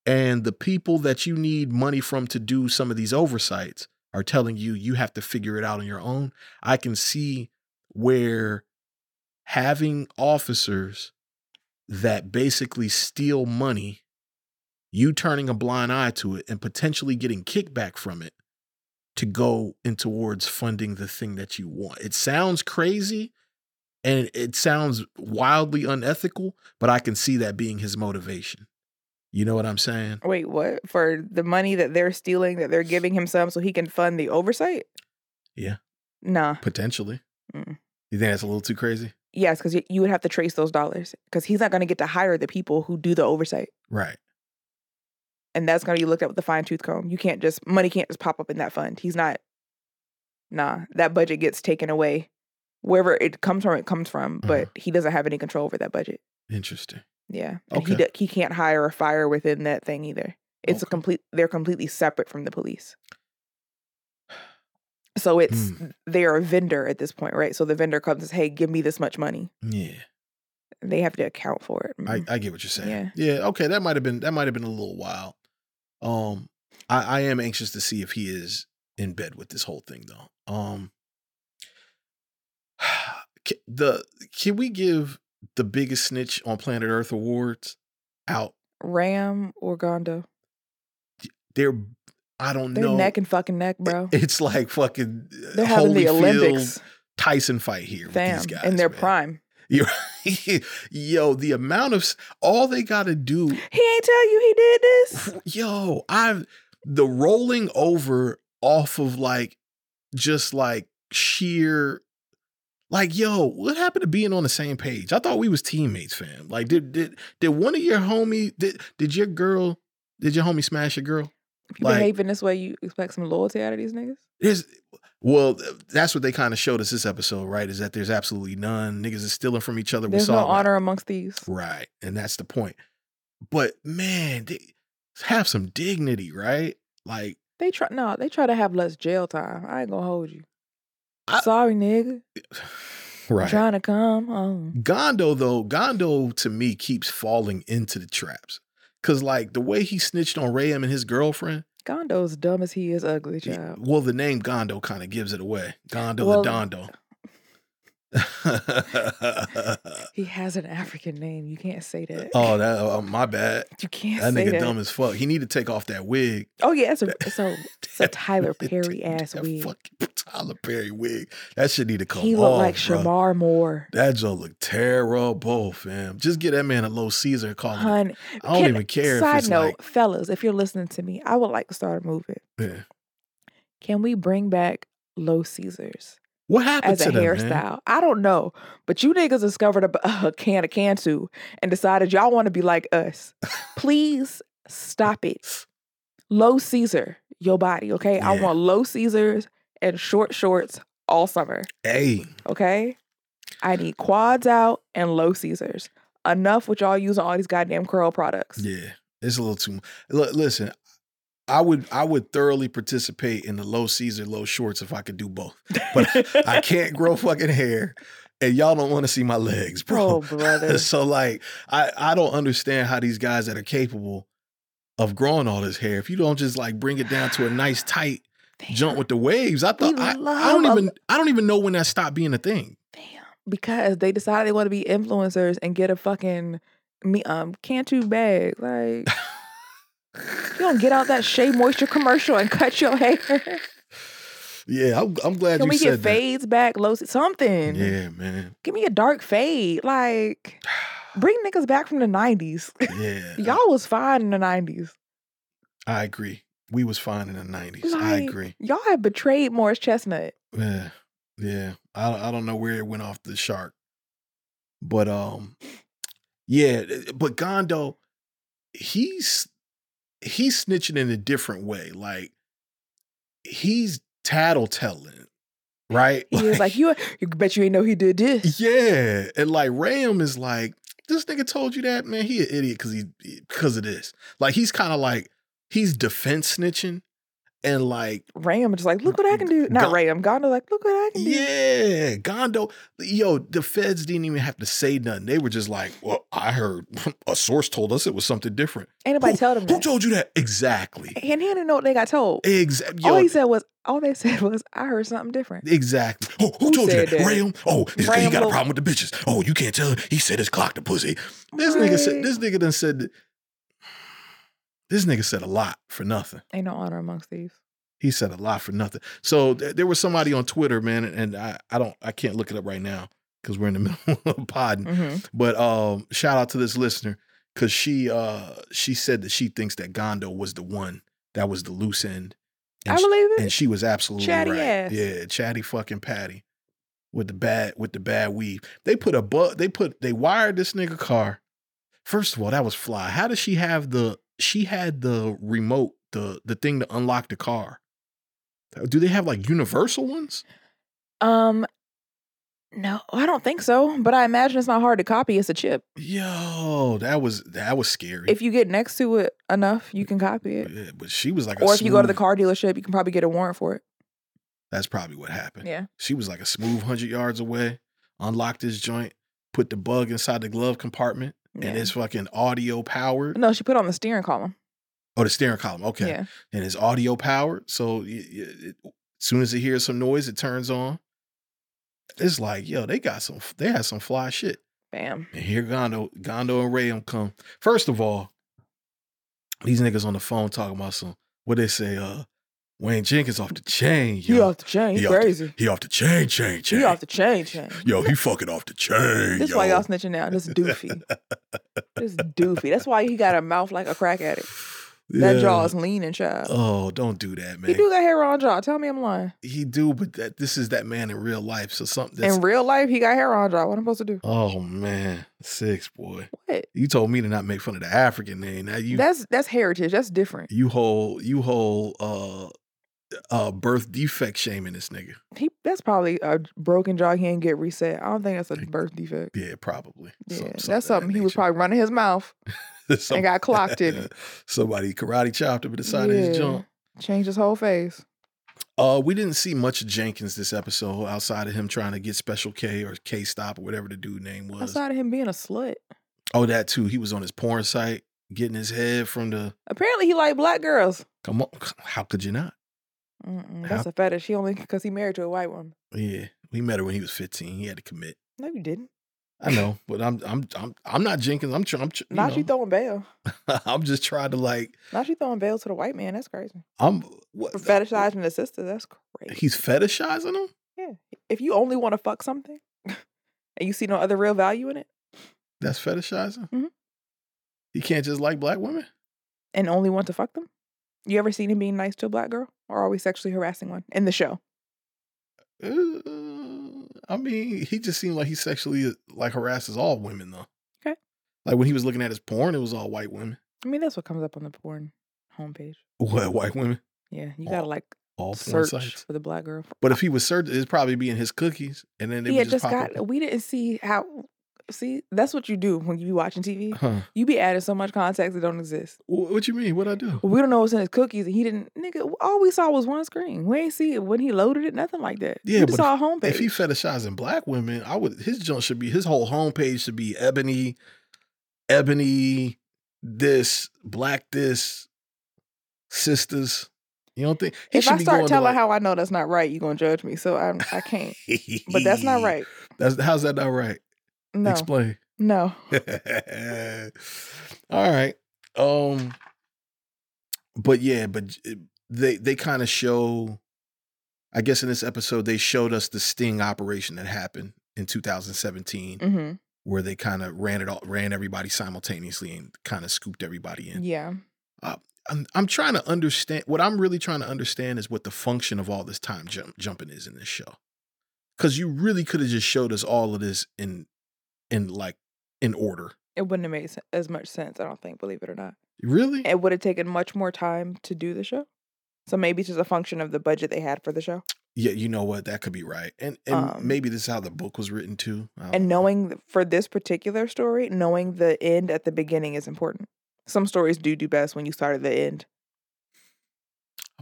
and the people that you need money from to do some of these oversights are telling you you have to figure it out on your own i can see where having officers that basically steal money you turning a blind eye to it and potentially getting kickback from it to go in towards funding the thing that you want. It sounds crazy and it sounds wildly unethical, but I can see that being his motivation. You know what I'm saying? Wait, what? For the money that they're stealing, that they're giving him some so he can fund the oversight? Yeah. Nah. Potentially. Mm. You think that's a little too crazy? Yes, because you would have to trace those dollars because he's not going to get to hire the people who do the oversight. Right. and that's going to be looked at with a fine tooth comb. You can't just money can't just pop up in that fund. He's not. Nah, that budget gets taken away. Wherever it comes from, it comes from. But Mm-hmm. he doesn't have any control over that budget. Interesting. Yeah, and he Okay. d- he can't hire or fire within that thing either. It's a Okay. complete. They're completely separate from the police. So it's Hmm. they're a vendor at this point, right? So the vendor comes and says, "Hey, give me this much money." Yeah. They have to account for it. I, Mhm. I get what you're saying. Yeah. Okay. That might have been that might have been a little wild. Um, I, I am anxious to see if he is in bed with this whole thing though. Um, [sighs] ca- the can we give the biggest snitch on planet Earth awards out? Ram or Gondo, They're I don't they're know. neck and fucking neck, bro. [laughs] It's like fucking uh, They're having the Holyfield, Olympics. Tyson fight here with Fam, these guys in their man. prime. You're- [laughs] Yo, the amount of s- all they got to do He ain't tell you he did this. [laughs] yo i've the rolling over off of like just like sheer like yo what happened to being on the same page i thought we was teammates fam like did did did one of your homie did did your girl did your homie smash your girl If you Like- behaving this way, you expect some loyalty out of these niggas? there's well that's what they kind of showed us this episode right is that there's absolutely none niggas is stealing from each other There's we saw it. no honor amongst these. Right. And that's the point. But man, they have some dignity, right? Like, They try no, they try to have less jail time. I ain't gonna hold you. I- Sorry, nigga. right. Trying to come home. Gondo, though, Gondo to me keeps falling into the traps. Cause like the way he snitched on Rayam and his girlfriend, Gondo's dumb as he is ugly, child. well, the name Gondo kind of gives it away. Gondo Well- the [laughs] Dondo. He has an African name. You can't say that. [laughs] oh, [laughs] that oh, my bad. you can't That say nigga that. dumb as fuck. He need to take off that wig. oh yeah, it's a it's a it's a Tyler Perry That ass wig. Fucking [laughs] Tyler Perry wig. That shit need to [laughs] come He off. looked like bruh. Shamar Moore. That joke look terrible, fam. Just get that man a low Caesar and call him. Hun, I don't can- even care if Side it's note, like, fellas, if you're listening to me, I would like to start a movement. Yeah. Can we bring back low Caesars what happened as a to them, hairstyle? man? I don't know, but you niggas discovered [laughs] a, a can of Cantu and decided y'all want to be like us. Please stop it. Low Caesar, your body, okay? I Yeah. want low Caesars and short shorts all summer, Hey, okay? I need quads out and low Caesars. Enough with y'all using all these goddamn curl products. yeah, it's a little too. mu- Look, listen, I would, I would thoroughly participate in the low Caesar, low shorts if I could do both, but [laughs] I can't grow fucking hair, and y'all don't want to see my legs, [laughs] Oh, bro. brother. so like, I, I don't understand how these guys that are capable of growing all this hair, if you don't just like bring it down to a [sighs] nice tight Damn. jump with the waves, I thought I, I love don't a- even, I don't even know when that stopped being a thing. Damn. Because they decided they want to be influencers and get a fucking me um Cantu bag. Like you don't get [laughs] out that Shea Moisture commercial and cut your hair. Yeah, I'm, I'm glad Can you we said get fades back, low that. something? Yeah, man. Give me a dark fade. [sighs] Like bring niggas back from the nineties. [laughs] Yeah, Y'all was fine in the nineties. I agree. We was fine in the nineties. I Like- agree. Y'all have betrayed Morris Chestnut. Yeah, yeah. I I don't know where it went off the shark, but um, yeah. eh, But Gondo, he's he's snitching in a different way. Like he's tattletelling, right? [laughs] He was like, you, you bet you ain't know he did this. Yeah, and like Ram is like, this nigga told you that, man. e, He an idiot because he because of this. Like he's kind of like he's defense snitching, and like Ram just like, look what I can do. Not Gon- Ram. Gondo like, look what I can do. Yeah, Gondo. Yo, the feds didn't even have to say nothing. They were just like, "Well, I heard [laughs] a source told us it was something different." Ain't nobody tell them Who that. told you that? Exactly. And he didn't know what they got told. Eh, Exactly. all he said was, all they [laughs] said was, I heard something different. Exactly. Who, who Who told you said that? that? Ram. Oh, it's 'cause he Ram got a Lo- problem with the bitches. Oh, you can't tell. He said his clock the pussy. This nigga said. Right. This nigga done said. that- This nigga said a lot for nothing. Ain't no honor amongst thieves. He said a lot for nothing. So th- there was somebody on Twitter, man, and I, I don't I can't look it up right now because we're in the [laughs] middle of podding. Mm-hmm. But um, shout out to this listener because she uh she said that she thinks that Gondo was the one that was the loose end, I and, she, believe it. and she was absolutely Chatty right. ass. Yeah, chatty fucking patty with the bad with the bad weave. They put a bu- They put they wired this nigga car. First of all, that was fly. How does she have the? She had the remote, the the thing to unlock the car. Uh, Do they have like universal ones? Um, no, I don't think so. But I imagine it's not hard to copy. It's a chip. Yo, that was that was scary. If you get next to it enough, you can copy it. Yeah, but she was like, a Or if you go to the smooth- car dealership, you can probably get a warrant for it. That's probably what happened. Yeah. She was like a smooth 100 yards away, unlocked his joint, put the bug inside the glove compartment, and Yeah. it's fucking audio powered. No, she put it on the steering column. Oh, the steering column. Okay. Yeah. And it's audio powered. So y- y- it- as soon as it hears some noise, it turns on. It's like, yo, they got some, they had some fly shit. Bam. And here Gondo, Gondo and Rayum come. First of all, these niggas on the phone talking about some, what they say, uh, Wayne Jenkins off the chain, yo. You off the chain. He You off the- crazy. He off the chain, chain, chain. You off the chain, chain. Yo, he fucking off the chain. This yo. why y'all snitching now. This doofy. this doofy. That's why he got a mouth like a crack addict. That Yeah. jaw is lean and child. Oh, don't do that, man. he do got hair on jaw. Tell me I'm lying. but that this is that man in real life. So something that's In real life, he got hair on jaw. What am I supposed to do? Oh man. Six boy. What? You told me to not make fun of the African name. Now you that's that's heritage. That's different. you whole you whole uh uh birth defect shaming this nigga. He that's probably a broken jaw. He ain't get reset. I don't think that's a birth defect. Yeah, probably. Yeah, Some- that's of that something he was nature. probably running his mouth [laughs] Some- and [laughs] got clocked in it. [laughs] Somebody karate chopped him in the side of his Yeah. junk. Changed his whole face. Uh, we didn't see much of Jenkins this episode outside of him trying to get Special K or K Stop or whatever the dude name was. Outside of him being a slut. Oh, that too. He was on his porn site getting his head from the. Apparently, he like black girls. Come on, how could you not? Mm-mm, How- that's a fetish. He only because he married to a white woman. Yeah, we met her when he was fifteen. He had to commit. No, you didn't. I know, [laughs] but I'm I'm I'm I'm not Jenkins. I'm tr- I'm tr- you Now she know, throwing bail. [laughs] I'm just trying to like Now she throwing bail to the white man. That's crazy. I'm what For fetishizing the sister. That's crazy. He's fetishizing him. yeah. If you only want to fuck something, and you see no other real value in it, That's fetishizing. Mhm. He can't just like black women. and only want to fuck them, you ever seen him being nice to a black girl, or always sexually harassing one in the show? Uh, I mean, he just seemed like he sexually uh, like harasses all women though. Okay. Like when he was looking at his porn, it was all white women. [laughs] I mean, that's what comes up on the porn homepage. What white women? Yeah, you gotta Oh, like All porn search sites. for the black girl. But if he was searching, it'd probably be in his cookies, and then they He would had just, just pop got. up. We didn't see how. See, that's what you do when you be watching [laughs] TV. Huh. You be adding so much context that don't exist. Wh- What you mean? What I do? We don't know what's in his cookies, and he didn't. Nigga, all we saw was one screen. We ain't see it when he loaded it. Nothing like that. Yeah, we but just saw a homepage. If he fetishizing black women, I would. His junk should be. His whole homepage should be ebony, ebony, this black this, sisters. You don't think he if should I be start going to, telling like- how I know that's not right, you gonna judge me. So I'm, I can't. But [laughs] that's not right. That's how's that not right? No, Explain. no. [laughs] All right. Um but yeah, but j- they they kind of show I guess in this episode they showed us the sting operation that happened in 2017 hmm where they kind of ran it all ran everybody simultaneously and kind of scooped everybody in. Yeah. I'm I'm trying to understand what I'm really trying to understand is what the function of all this time jump jumping is in this show. Cuz you really could have just showed us all of this in in like in order. It wouldn't have made se- as much sense, I don't think. Believe it or not, Really? it would have taken much more time to do the show. So maybe it's just a function of the budget they had for the show, Yeah, you know what? That could be right. And and Um, maybe this is how the book was written too. I don't and know. knowing th- for this particular story, knowing the end at the beginning is important. Some stories do do best when you start at the end.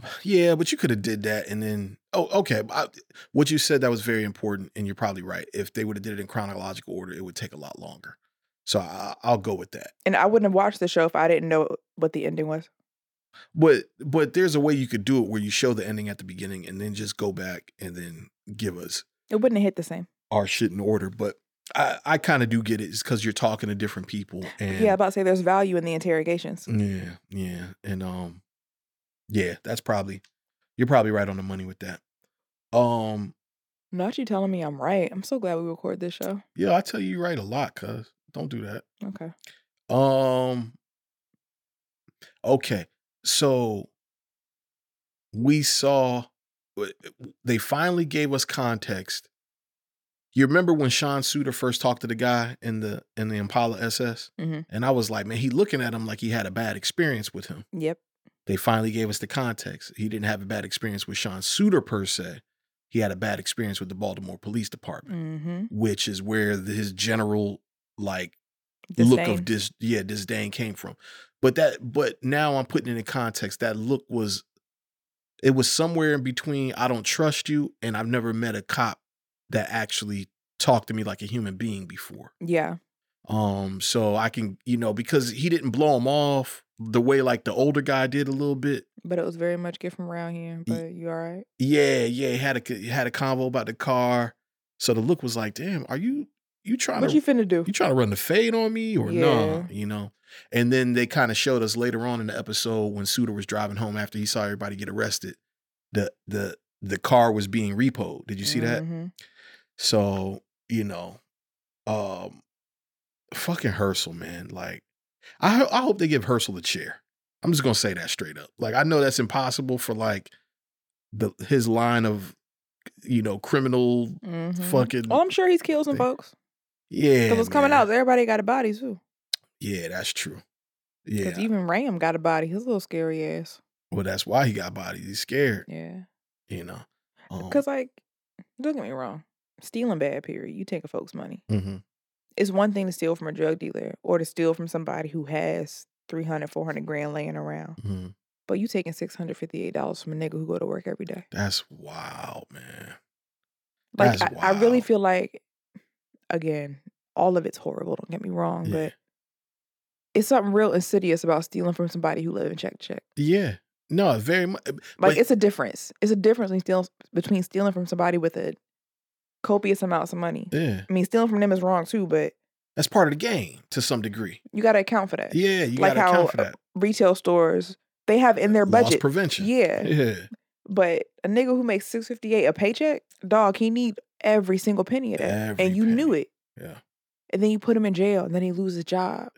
[sighs] Yeah, but you could have did that and then oh okay. I, what you said that was very important, and you're probably right. If they would have did it in chronological order, it would take a lot longer. So I, I'll go with that. And I wouldn't have watched the show if I didn't know what the ending was. But but there's a way you could do it where you show the ending at the beginning and then just go back and then give us It wouldn't have hit the same. our shit in order. But I I kind of do get it. It's because you're talking to different people and Yeah, about to say there's value in the interrogations. Yeah, yeah, and um, yeah, that's probably you're probably right on the money with that. Um, Not you telling me I'm right. I'm so glad we record this show. yeah, I tell you you're right a lot, cuz don't do that. Okay. Um, okay, so we saw w- they finally gave us context. You remember when Sean Suter first talked to the guy in the in the Impala SS, Mhm. and I was like, man, he looking at him like he had a bad experience with him. Yep. they finally gave us the context. He didn't have a bad experience with Sean Suter per se. He had a bad experience with the Baltimore Police Department, Mm-hmm. which is where the, his general like look of dis yeah disdain came from. But that but now I'm putting it in context. That look was it was somewhere in between I don't trust you and I've never met a cop that actually talked to me like a human being before. yeah. Um, so I can, you know, because he didn't blow him off the way like the older guy did a little bit. But it was very much get from around here. But you all right? Yeah, yeah, had a c- had a convo about the car. So the look was like, "Damn, are you you trying What to you you, finna do? trying to run the fade on me or no?" Yeah. You know. And then they kind of showed us later on in the episode when Suter was driving home after he saw everybody get arrested, the the the car was being repoed. Did you see that? Mhm. So, you know, um fucking Herschel, man. Like, I ho- I hope they give Herschel the chair. I'm just gonna say that straight up. Like, I know that's impossible for like the his line of you know, criminal Mhm. fucking Oh, I'm sure he's killed some thing. folks. Yeah. It was coming man. out. Everybody got a body too. Yeah, that's true. Because Yeah. even Ram got a body. His little scary ass. well, that's why he got bodied. He's scared, Yeah. you know. Um, Because like, don't get me wrong. Stealing bad. Period. You taking folks' money. mhm. It's one thing to steal from a drug dealer or to steal from somebody who has 300, 400 grand laying around. Mhm. But you taking six hundred fifty eight dollars from a nigga who go to work every day. that's wild, man. Like That's I, I really wild. feel like again, all of it's horrible, don't get me wrong, Yeah. but it's something real insidious about stealing from somebody who live in check to check. Yeah. No, very much Like But- it's a difference. It's a difference between stealing between stealing from somebody with a copious amounts of money. yeah. I mean, stealing from them is wrong too, but That's part of the game to some degree. you gotta account for that. Yeah, you Like gotta how account for uh, that. Retail stores, they have in their Loss budget. prevention. Yeah. Yeah. But a nigga who makes six fifty eight a paycheck, dog, he need every single penny of that, Every and you knew penny. it. Yeah. And then you put him in jail, and then he loses [sighs] his job.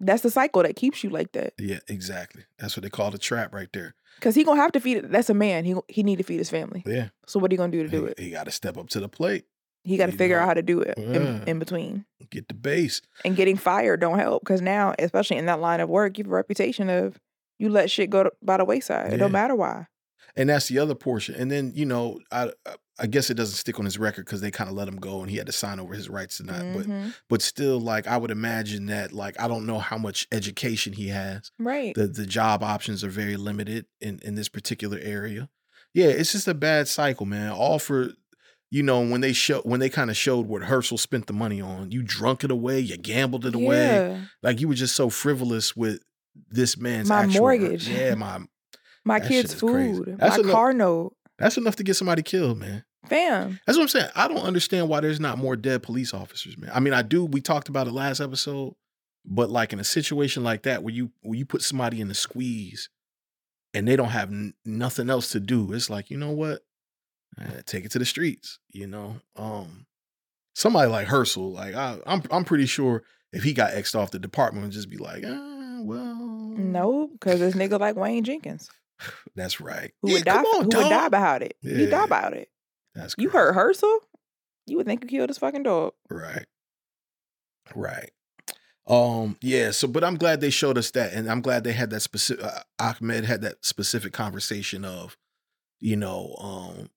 That's the cycle that keeps you like that. Yeah, exactly. That's what they call the trap right there. Cause he gonna have to feed. That's a man. He he need to feed his family. Yeah. So what he gonna do to He, do it? he gotta step up to the plate, He got to he figure know. out how to do it in, Yeah. in between. get the base. And getting fired don't help. Cause now, especially in that line of work, you have a reputation of you let shit go to, by the wayside. It Yeah. don't matter why. And that's the other portion. And then, you know, I I- I guess it doesn't stick on his record because they kind of let him go and he had to sign over his rights tonight. But Mhm. but still, like I would imagine that like I don't know how much education he has. right. the the job options are very limited in in this particular area. Yeah, it's just a bad cycle, man. All for you know when they show when they kind of showed what Herschel spent the money on. You drunk it away, you gambled it away. Yeah. Like you were just so frivolous with this man's My actual- mortgage. Yeah, my My That shit kids' is crazy. food. That's My a no- car note. that's enough to get somebody killed, man. Fam. That's what I'm saying. I don't understand why there's not more dead police officers, man. I mean, I do. We talked about it last episode, but like in a situation like that where you where you put somebody in the squeeze and they don't have n- nothing else to do, it's like you know what? Eh, take it to the streets, you know. Um, somebody like Herschel, like I, I'm, I'm pretty sure if he got xed off, the department would just be like, ah, well, No, because this nigga like Wayne Jenkins, that's right. who Yeah, would die, come on, who would die dog. about it. He Yeah. die about it. That's You crazy. heard Herschel? You would think you killed his fucking dog. Right. Right. Um. Yeah. So, but I'm glad they showed us that, and I'm glad they had that specific. Uh, Ahmed had that specific conversation of, you know, um,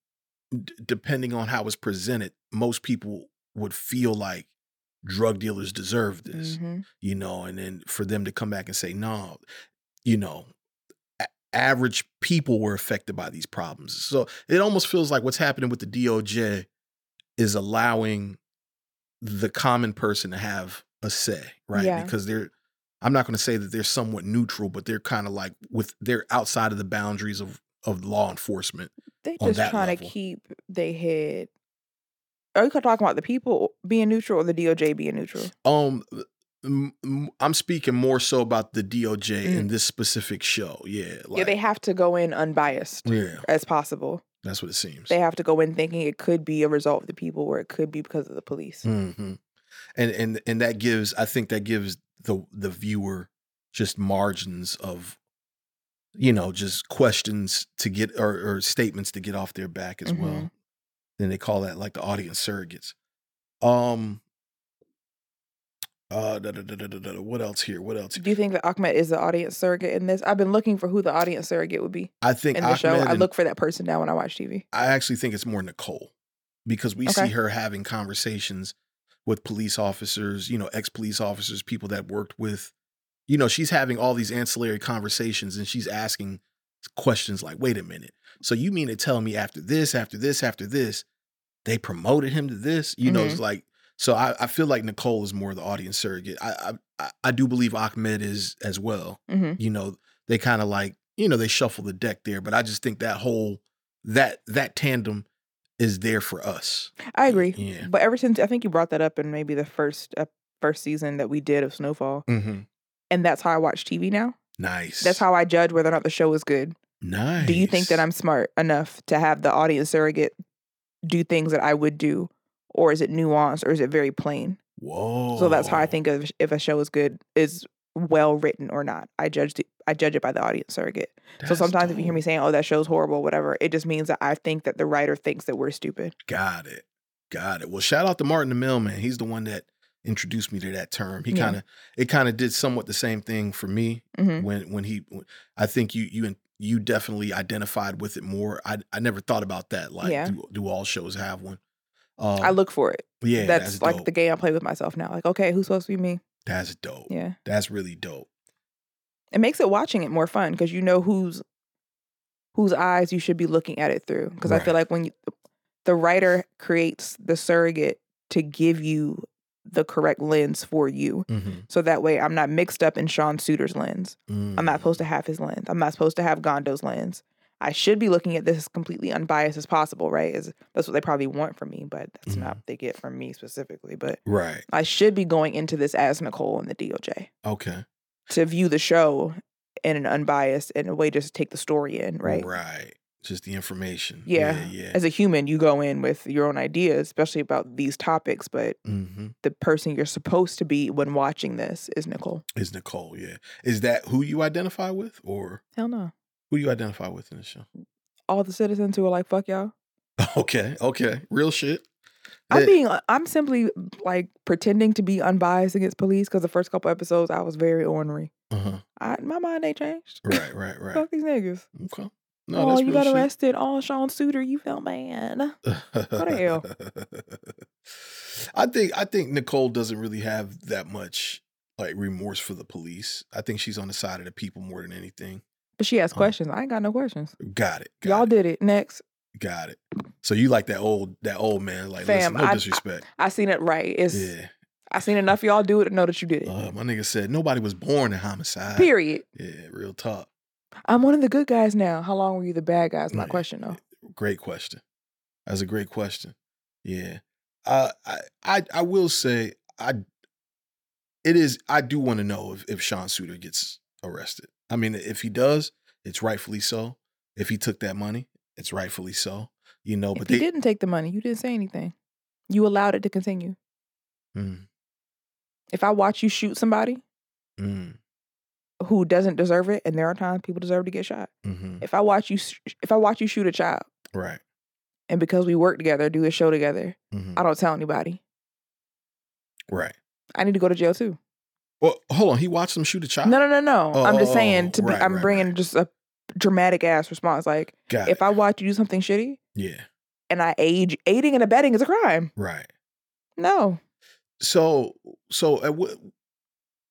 d- depending on how it's presented, most people would feel like drug dealers deserve this, Mhm. you know, and then for them to come back and say, no, you know, a- average people were affected by these problems. So it almost feels like what's happening with the DOJ is allowing the common person to have a say, right? Yeah. Because they're I'm not going to say that they're somewhat neutral, but they're kind of like with they're outside of the boundaries of of law enforcement. They on just that trying level. to keep their head. Are you talking about the people being neutral or the DOJ being neutral? Um, m- m- I'm speaking more so about the DOJ in Mm. this specific show. Yeah, like, yeah, they have to go in unbiased yeah, as possible. that's what it seems. They have to go in thinking it could be a result of the people or it could be because of the police. hmm And and and that gives I think that gives the the viewer just margins of you know just questions to get or, or statements to get off their back as well. Mhm. Then they call that like the audience surrogates. Um. Uh, da, da, da, da, da, da, da. what else here? What else? Do you think that Ahmed is the audience surrogate in this? I've been looking for who the audience surrogate would be I think in the show. Ahmed I and- look for that person now when I watch TV. I actually think it's more Nicole because we see Okay. her having conversations with police officers, you know, ex police officers, people that worked with, you know, she's having all these ancillary conversations and she's asking questions like, wait a minute. So you mean to tell me after this, after this, after this, they promoted him to this? You know, it's like, so I, I feel like Nicole is more the audience surrogate. I, I- I I do believe Ahmed is as well hmm you know they kind of like you know they shuffle the deck there but i just think that whole that that tandem is there for us I agree. yeah But ever since I think you brought that up in maybe the first uh, first season that we did of Snowfall, mm-hmm. and that's how I watch TV now. nice That's how I judge whether or not the show is good. nice Do you think that I'm smart enough to have the audience surrogate do things that I would do, or is it nuanced, or is it very plain? whoa So that's how I think of if a show is good is well written or not. I judge the, I judge it by the audience surrogate. so That's sometimes if you hear me dope. saying, "Oh, that show's horrible," whatever, it just means that I think that the writer thinks that we're stupid. got it got it well shout out to martin the mailman he's the one that introduced me to that term he Yeah. kind of it kind of did somewhat the same thing for me hmm when when he when- i think you you you definitely identified with it more i i never thought about that like Yeah. do, do all shows have one um, I look for it. yeah that's, like dope. the game I play with myself now. Like, okay, who's supposed to be me? That's dope. Yeah. That's really dope. It makes it watching it more fun because you know whose whose eyes you should be looking at it through. Because I feel Right. like when you, the writer creates the surrogate to give you the correct lens for you, Mm-hmm, so that way I'm not mixed up in Sean Suter's lens. I'm mm-hmm. not Mm. supposed to have his lens. I'm not supposed to have Gondo's lens. I should be looking at this as completely unbiased as possible, right? Is that's what they probably want from me, but that's Mm-hmm. not what they get from me specifically. But Right. I should be going into this as Nicole and the DOJ Okay. to view the show in an unbiased in a way just to take the story in, right? Right. Just the information. Yeah. Yeah. As a human, you go in with your own ideas, especially about these topics, but mm-hmm. the person you're supposed to be when watching this is Nicole. Is Nicole? Yeah. Is that who you identify with, or Hell no. who you identify with in the show? [laughs] All the citizens who are like, fuck y'all. Okay. Okay. Real shit. I'm That- being, uh, I'm simply like pretending to be unbiased against police because the first couple episodes I was very ornery. Uh-huh. I, my mind ain't changed. [laughs] Right. Right. Right. Fuck these niggas. okay. No, oh, that's you real got arrested. Oh, Sean Suter, you felt bad. shit. to hell. [laughs] I think I think Nicole doesn't really have that much like remorse for the police. I think she's on the side of the people more than anything. But she asked Oh. questions. I ain't got no questions. Got it. Got Y'all it. did it. Next. Got it. So you like that old that old man? Like, Fam, listen, no I- disrespect. I seen it right. It's yeah, I seen enough of y'all do it to know that you did it. uh, my nigga said nobody was born in homicide. Period. Yeah, real talk. I'm one of the good guys now. How long were you the bad guys? My Yeah. question though. Great question. That's a great question. Yeah, uh, I I I will say I it is I do want to know if if Sean Suter gets arrested. I mean, if he does, it's rightfully so. If he took that money, it's rightfully so. You know, if Oh, but you they didn't take the money, you didn't say anything. You allowed it to continue. Mm, If I watch you shoot somebody mm, who doesn't deserve it, and there are times people deserve to get shot. mhm. If I watch you, sh- if I watch you shoot a child, right. and because we work together, do a show together, mhm, I don't tell anybody. right. I need to go to jail too. Well, hold on. He watched them shoot a child. No, no, no, no. Oh, I'm just oh, oh, saying to be. right, I'm right, bringing right. just a dramatic ass response. Like Got if it. I watch you do something shitty, yeah, and I age, aiding and abetting is a crime. right. No, So, so at wh-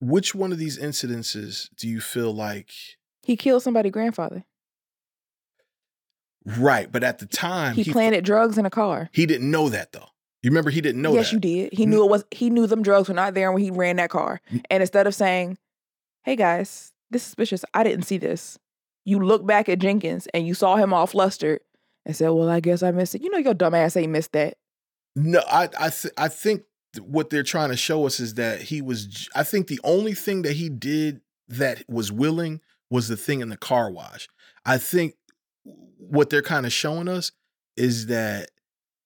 which one of these incidences do you feel like? he killed somebody's grandfather. Right, but at the time He, planted drugs in a car. He didn't know that though. You remember he didn't know yes, that. you did. He knew it was. He knew them drugs were not there when he ran that car. And instead of saying, "Hey guys, this is suspicious. I didn't see this," you look back at Jenkins and you saw him all flustered and said, "Well, I guess I missed it." You know your dumb ass ain't missed that. No, I I th- I think th- what they're trying to show us is that he was. j- I think the only thing that he did that was willing was the thing in the car wash. I think what they're kind of showing us is that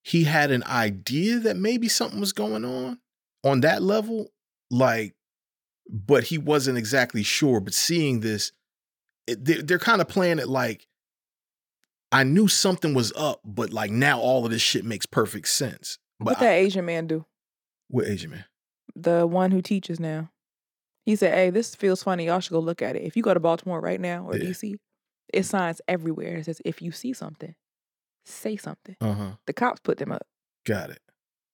he had an idea that maybe something was going on on that level, like, but he wasn't exactly sure. But seeing this, it, they're, they're kind of playing it like. I knew something was up, but like now all of this shit makes perfect sense. But what I- that Asian man do? what Asian man? The one who teaches now. He said, "Hey, this feels funny. Y'all should go look at it. If you go to Baltimore right now or Yeah. DC, it's signs everywhere. It says if you see something, say something." Uh huh. The cops put them up. Got it.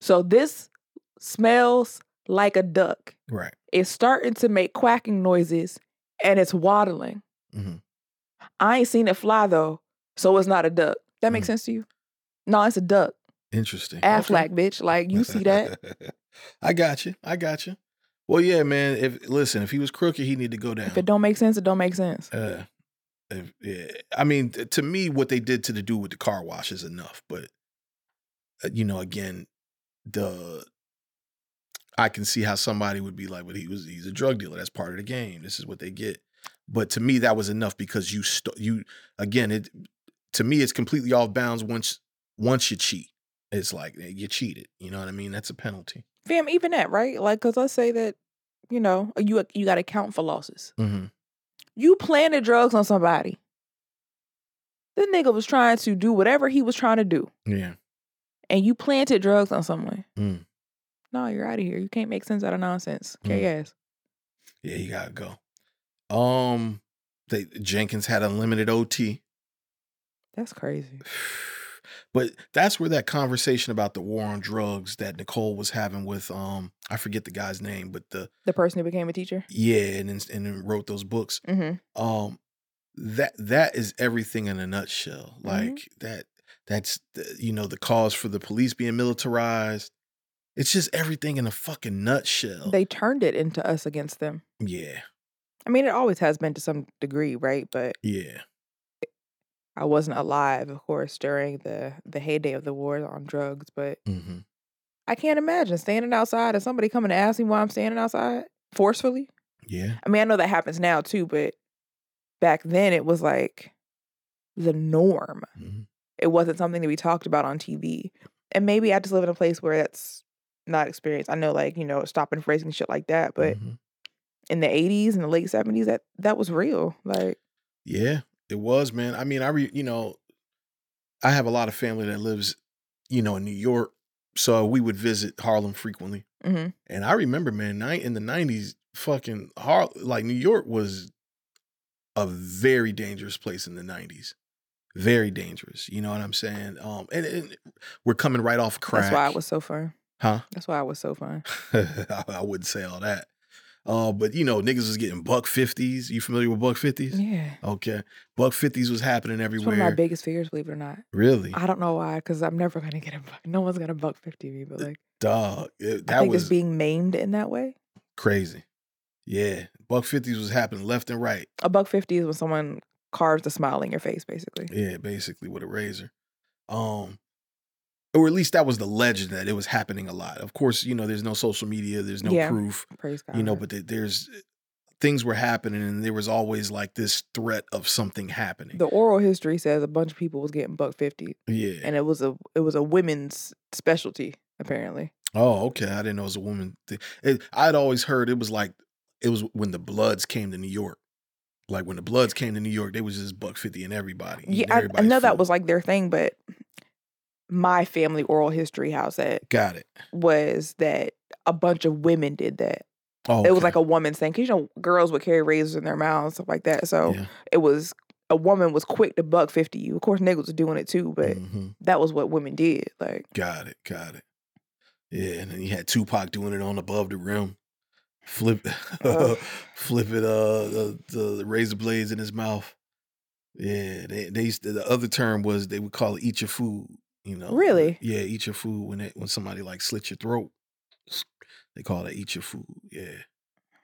So this smells like a duck. Right. It's starting to make quacking noises and it's waddling. Mhm. I ain't seen it fly though, so it's not a duck. That makes Mm. sense to you? No, it's a duck. Interesting. Aflac, bitch. Like you see [laughs] that? I got you. I got you. Well, yeah, man. If listen, if he was crooked, he need to go down. if it don't make sense, it don't make sense. uh, if- yeah. I mean, t- to me, what they did to the dude with the car wash is enough. But uh, you know, again, the I can see how somebody would be like, "But he was—he's a drug dealer. That's part of the game. This is what they get." But to me, that was enough because you st- you again it to me it's completely off bounds once once you cheat. It's like eh, you cheated. You know what I mean? That's a penalty. Fam, even that, right? Like, cause let's say that, you know, uh, you you gotta count for losses. Mm-hmm. You planted drugs on somebody. The nigga was trying to do whatever he was trying to do. Yeah. and you planted drugs on someone, Mm. no, you're out of here. You can't make sense out of nonsense. Mm. Okay, yes. Yeah, you gotta go. Um, they Jenkins had unlimited OT. That's crazy. [sighs] But that's where that conversation about the war on drugs that Nicole was having with um I forget the guy's name, but the The person who became a teacher. yeah, and then, and then wrote those books. hmm Um, that that is everything in a nutshell. Mm-hmm. Like that that's the, you know the cause for the police being militarized. It's just everything in a fucking nutshell. They turned it into us against them. yeah, I mean, it always has been to some degree, right? But yeah, I wasn't alive, of course, during the the heyday of the war on drugs. But hmm I can't imagine standing outside and somebody coming to ask me why I'm standing outside forcefully. yeah. I mean, I know that happens now too, but back then it was like the norm. Mhm. It wasn't something that we talked about on TV. And maybe I just live in a place where that's not experienced. I know, like, you know, stopping phrasing and shit like that, but Mhm. in the 80s and the late 70s, that that was real. Like, Yeah, it was, man. I mean, I re, you know, I have a lot of family that lives, you know, in New York, so we would visit Harlem frequently. mhm. And I remember, man, night in the nineties, fucking Har, like New York was a very dangerous place in the nineties. Very dangerous, you know what I'm saying? Um, and, and we're coming right off crack. that's why it was so fun. huh? [laughs] That's why it was so fun. I, I wouldn't say all that. Uh, but you know, niggas was getting buck fifties. You familiar with buck fifties? Yeah. Okay, buck fifties was happening It's everywhere. one of my biggest fears, believe it or not. Really? I don't know why, because I'm never gonna get a buck. No one's gonna buck fifty me, but like Dog. it- I eh, that think was it's being maimed in that way. crazy. Yeah. Buck fifties was happening left and right. A buck fifty is when someone carves a smile in your face, basically. Yeah, basically with a razor. Um or at least that was the legend that it was happening a lot. Of course, you know, there's no social media, there's no Yeah. proof, Praise God. you know, but there- there's eh, things were happening and there was always like this threat of something happening. the oral history says a bunch of people was getting buck fifty, yeah. and it was a it was a women's specialty apparently. oh, okay. I didn't know it was a woman thing. It, I'd always heard it was like it was when the Bloods came to New York. Like when the Bloods came to New York, they was just buck fifty and everybody. eating Yeah, I, I everybody's know that food. was like their thing, but my family oral history house that Got it. was that a bunch of women did that. Oh, It was like a woman's thing because you know girls would carry razors in their mouths stuff like that. So Yeah. it was a woman was quick to buck fifty you. Of course, niggas were doing it too, but Mhm. that was what women did. Like Got it. Got it. Yeah, and then you had Tupac doing it on above the rim, flip, [laughs] Ugh. flipping uh the, the razor blades in his mouth. Yeah, they, they used to, the other term was they would call it eat your food. You know, Really? Yeah, eat your food when it when somebody like slit your throat. They call it eat your food. Yeah,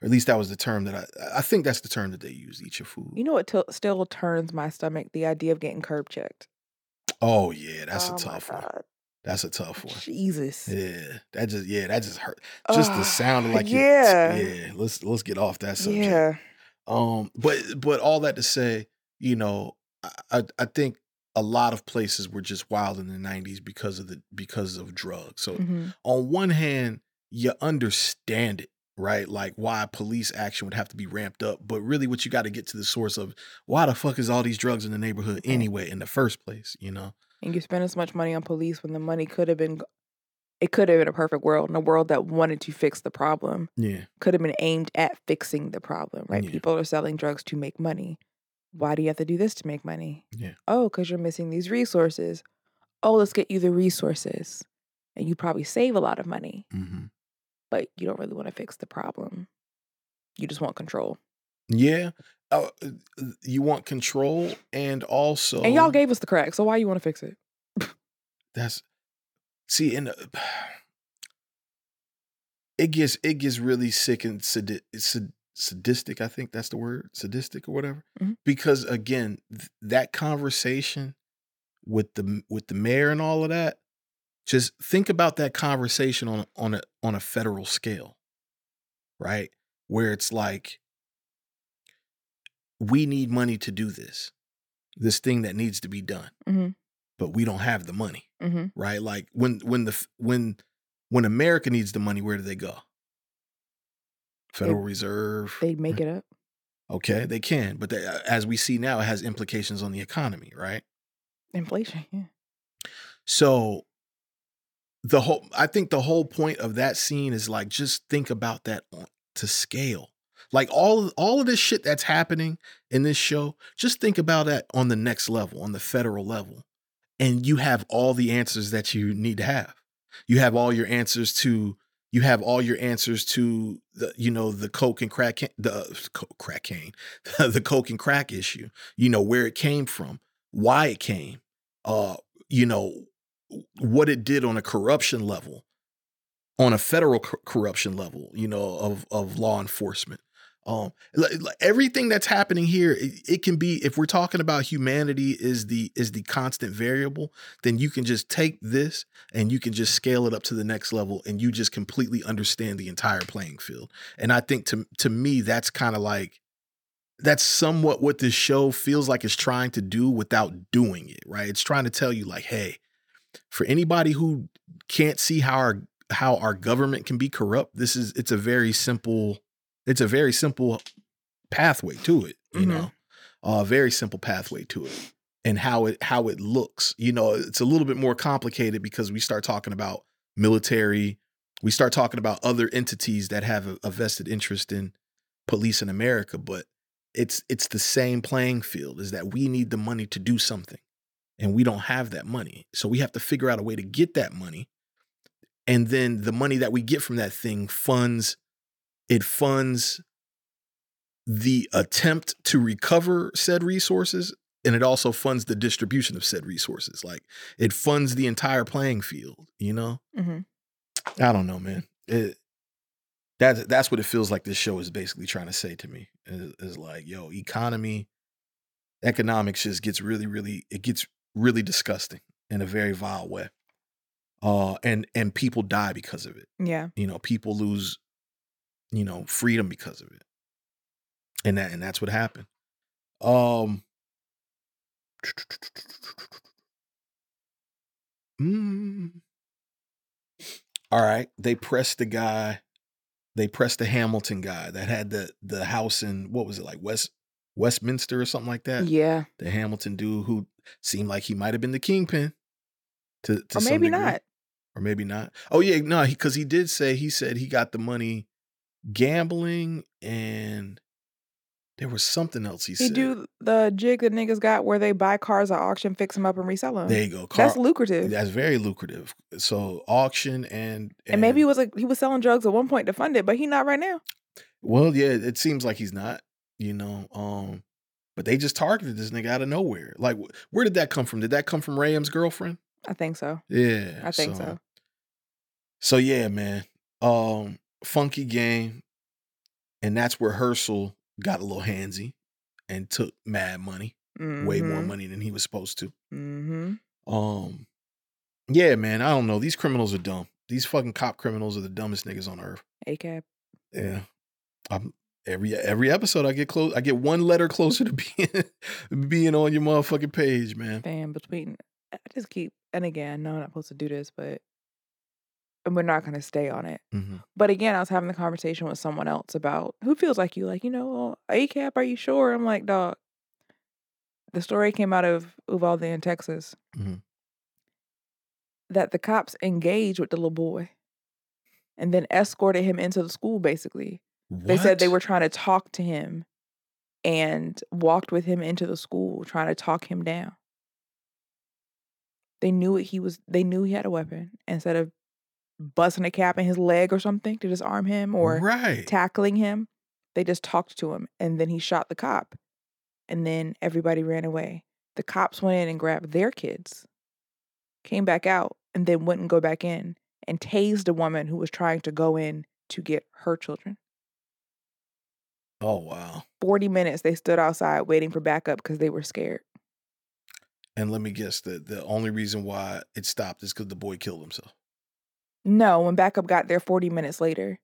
or at least that was the term that I I think that's the term that they use. Eat your food. You know what t- still turns my stomach? The idea of getting curb checked. oh yeah, that's Oh a my tough one. God. That's a tough one. Jesus. Yeah, that just yeah that just hurt. Just the Ugh, sound of like you- Ah, yeah. yeah. Let's let's get off that subject. yeah. Um, but but all that to say, you know, I- I I think a lot of places were just wild in the '90s because of the because of drugs. So Mhm. on one hand, you understand it, right? Like why police action would have to be ramped up, but really, what you got to get to the source of why the fuck is all these drugs in the neighborhood anyway in the first place? You know, And you spend as much money on police when the money could have been, it could have been a perfect world, in a world that wanted to fix the problem, yeah, could have been aimed at fixing the problem, right? Yeah. People are selling drugs to make money. Why do you have to do this to make money? Yeah. Oh, because you're missing these resources. Oh, let's get you the resources. And you probably save a lot of money, hmm but you don't really want to fix the problem. You just want control. yeah. Uh, you want control, and also And y'all gave us the crack, so why you want to fix it? That's see, and uh, it gets it gets really sick and sadi- sad- sadistic. I think that's the word, sadistic or whatever. Mhm. Because again, th- that conversation with the with the mayor and all of that. Just think about that conversation on on a on a federal scale, right? Where it's like, we need money to do this, this thing that needs to be done, Mhm. but we don't have the money Mm-hmm. right? Like when when the f- when when America needs the money, where do they go? Federal Reserve. They make it up. okay, they can, but they, as we see now, it has implications on the economy, right? Inflation. Yeah. So the whole I think the whole point of that scene is like just think about that on, to scale. Like all all of this shit that's happening in this show, just think about that on the next level, on the federal level. And you have all the answers that you need to have. You have all your answers to you have all your answers to the you know the coke and crack ca- the coke, crack cane [laughs] the coke and crack issue. You know where it came from, why it came, uh you know what it did on a corruption level on a federal cor- corruption level you know of of law enforcement um li- li- everything that's happening here it, it can be if we're talking about humanity is the is the constant variable then you can just take this and you can just scale it up to the next level and you just completely understand the entire playing field and i think to to me that's kind of like that's somewhat what this show feels like it's trying to do without doing it, right? It's trying to tell you like, hey, for anybody who can't see how our how our government can be corrupt, this is it's a very simple it's a very simple pathway to it, you Mhm. know. A very simple pathway to it and how it how it looks. You know, it's a little bit more complicated because we start talking about military, we start talking about other entities that have a, a vested interest in police in America, but it's it's the same playing field is that we need the money to do something and we don't have that money so we have to figure out a way to get that money and then the money that we get from that thing funds it funds the attempt to recover said resources and it also funds the distribution of said resources like it funds the entire playing field you know Mm-hmm. i don't know man it, that's that's what it feels like this show is basically trying to say to me is, is like yo economy economics just gets really really it gets really disgusting in a very vile way uh and and people die because of it Yeah. you know people lose you know freedom because of it and that and that's what happened um mm. all right they pressed the guy they pressed the hamilton guy that had the the house in what was it like west westminster or something like that Yeah. the hamilton dude who seemed like he might have been the kingpin to, to Or some maybe degree not. or maybe not. Oh yeah, no, because he, did say he said he got the money gambling and there was something else he, He said. do the jig that niggas got where they buy cars at auction, fix them up, and resell them. there you go. Car, That's lucrative. that's very lucrative. So auction and, and maybe he was like he was selling drugs at one point to fund it, but he not right now. well, yeah, it seems like he's not. You know, um, But they just targeted this nigga out of nowhere. Like, wh- where did that come from? Did that come from Ray's girlfriend? I think so. Yeah, I think so. So yeah, man. Um, funky game, and that's where Herschel got a little handsy and took mad money, way more money than he was supposed to. Mm-hmm. Um, yeah, man. I don't know. These criminals are dumb. These fucking cop criminals are the dumbest niggas on earth. ACAB. Yeah. I'm every every episode I get close I get one letter closer to [laughs] being being on your motherfucking page, man. Bam. Between. I just keep. And again, I know I'm not supposed to do this, but. And we're not going to stay on it. Mm-hmm. But again, I was having the conversation with someone else about who feels like you, like, you know, well, ACAP, are you sure? I'm like, dog, the story came out of Uvalde in Texas Mhm. that the cops engaged with the little boy and then escorted him into the school, basically. They said they were What? trying to talk to him and walked with him into the school, trying to talk him down. They knew what he was they knew he had a weapon. Instead of busting a cap in his leg or something to disarm him or right. tackling him, they just talked to him and then he shot the cop. And then everybody ran away. The cops went in and grabbed their kids, came back out, and then wouldn't go back in and tased a woman who was trying to go in to get her children. oh wow. 40 minutes they stood outside waiting for backup because they were scared. And let me guess the the only reason why it stopped is because the boy killed himself. No, when backup got there 40 minutes later,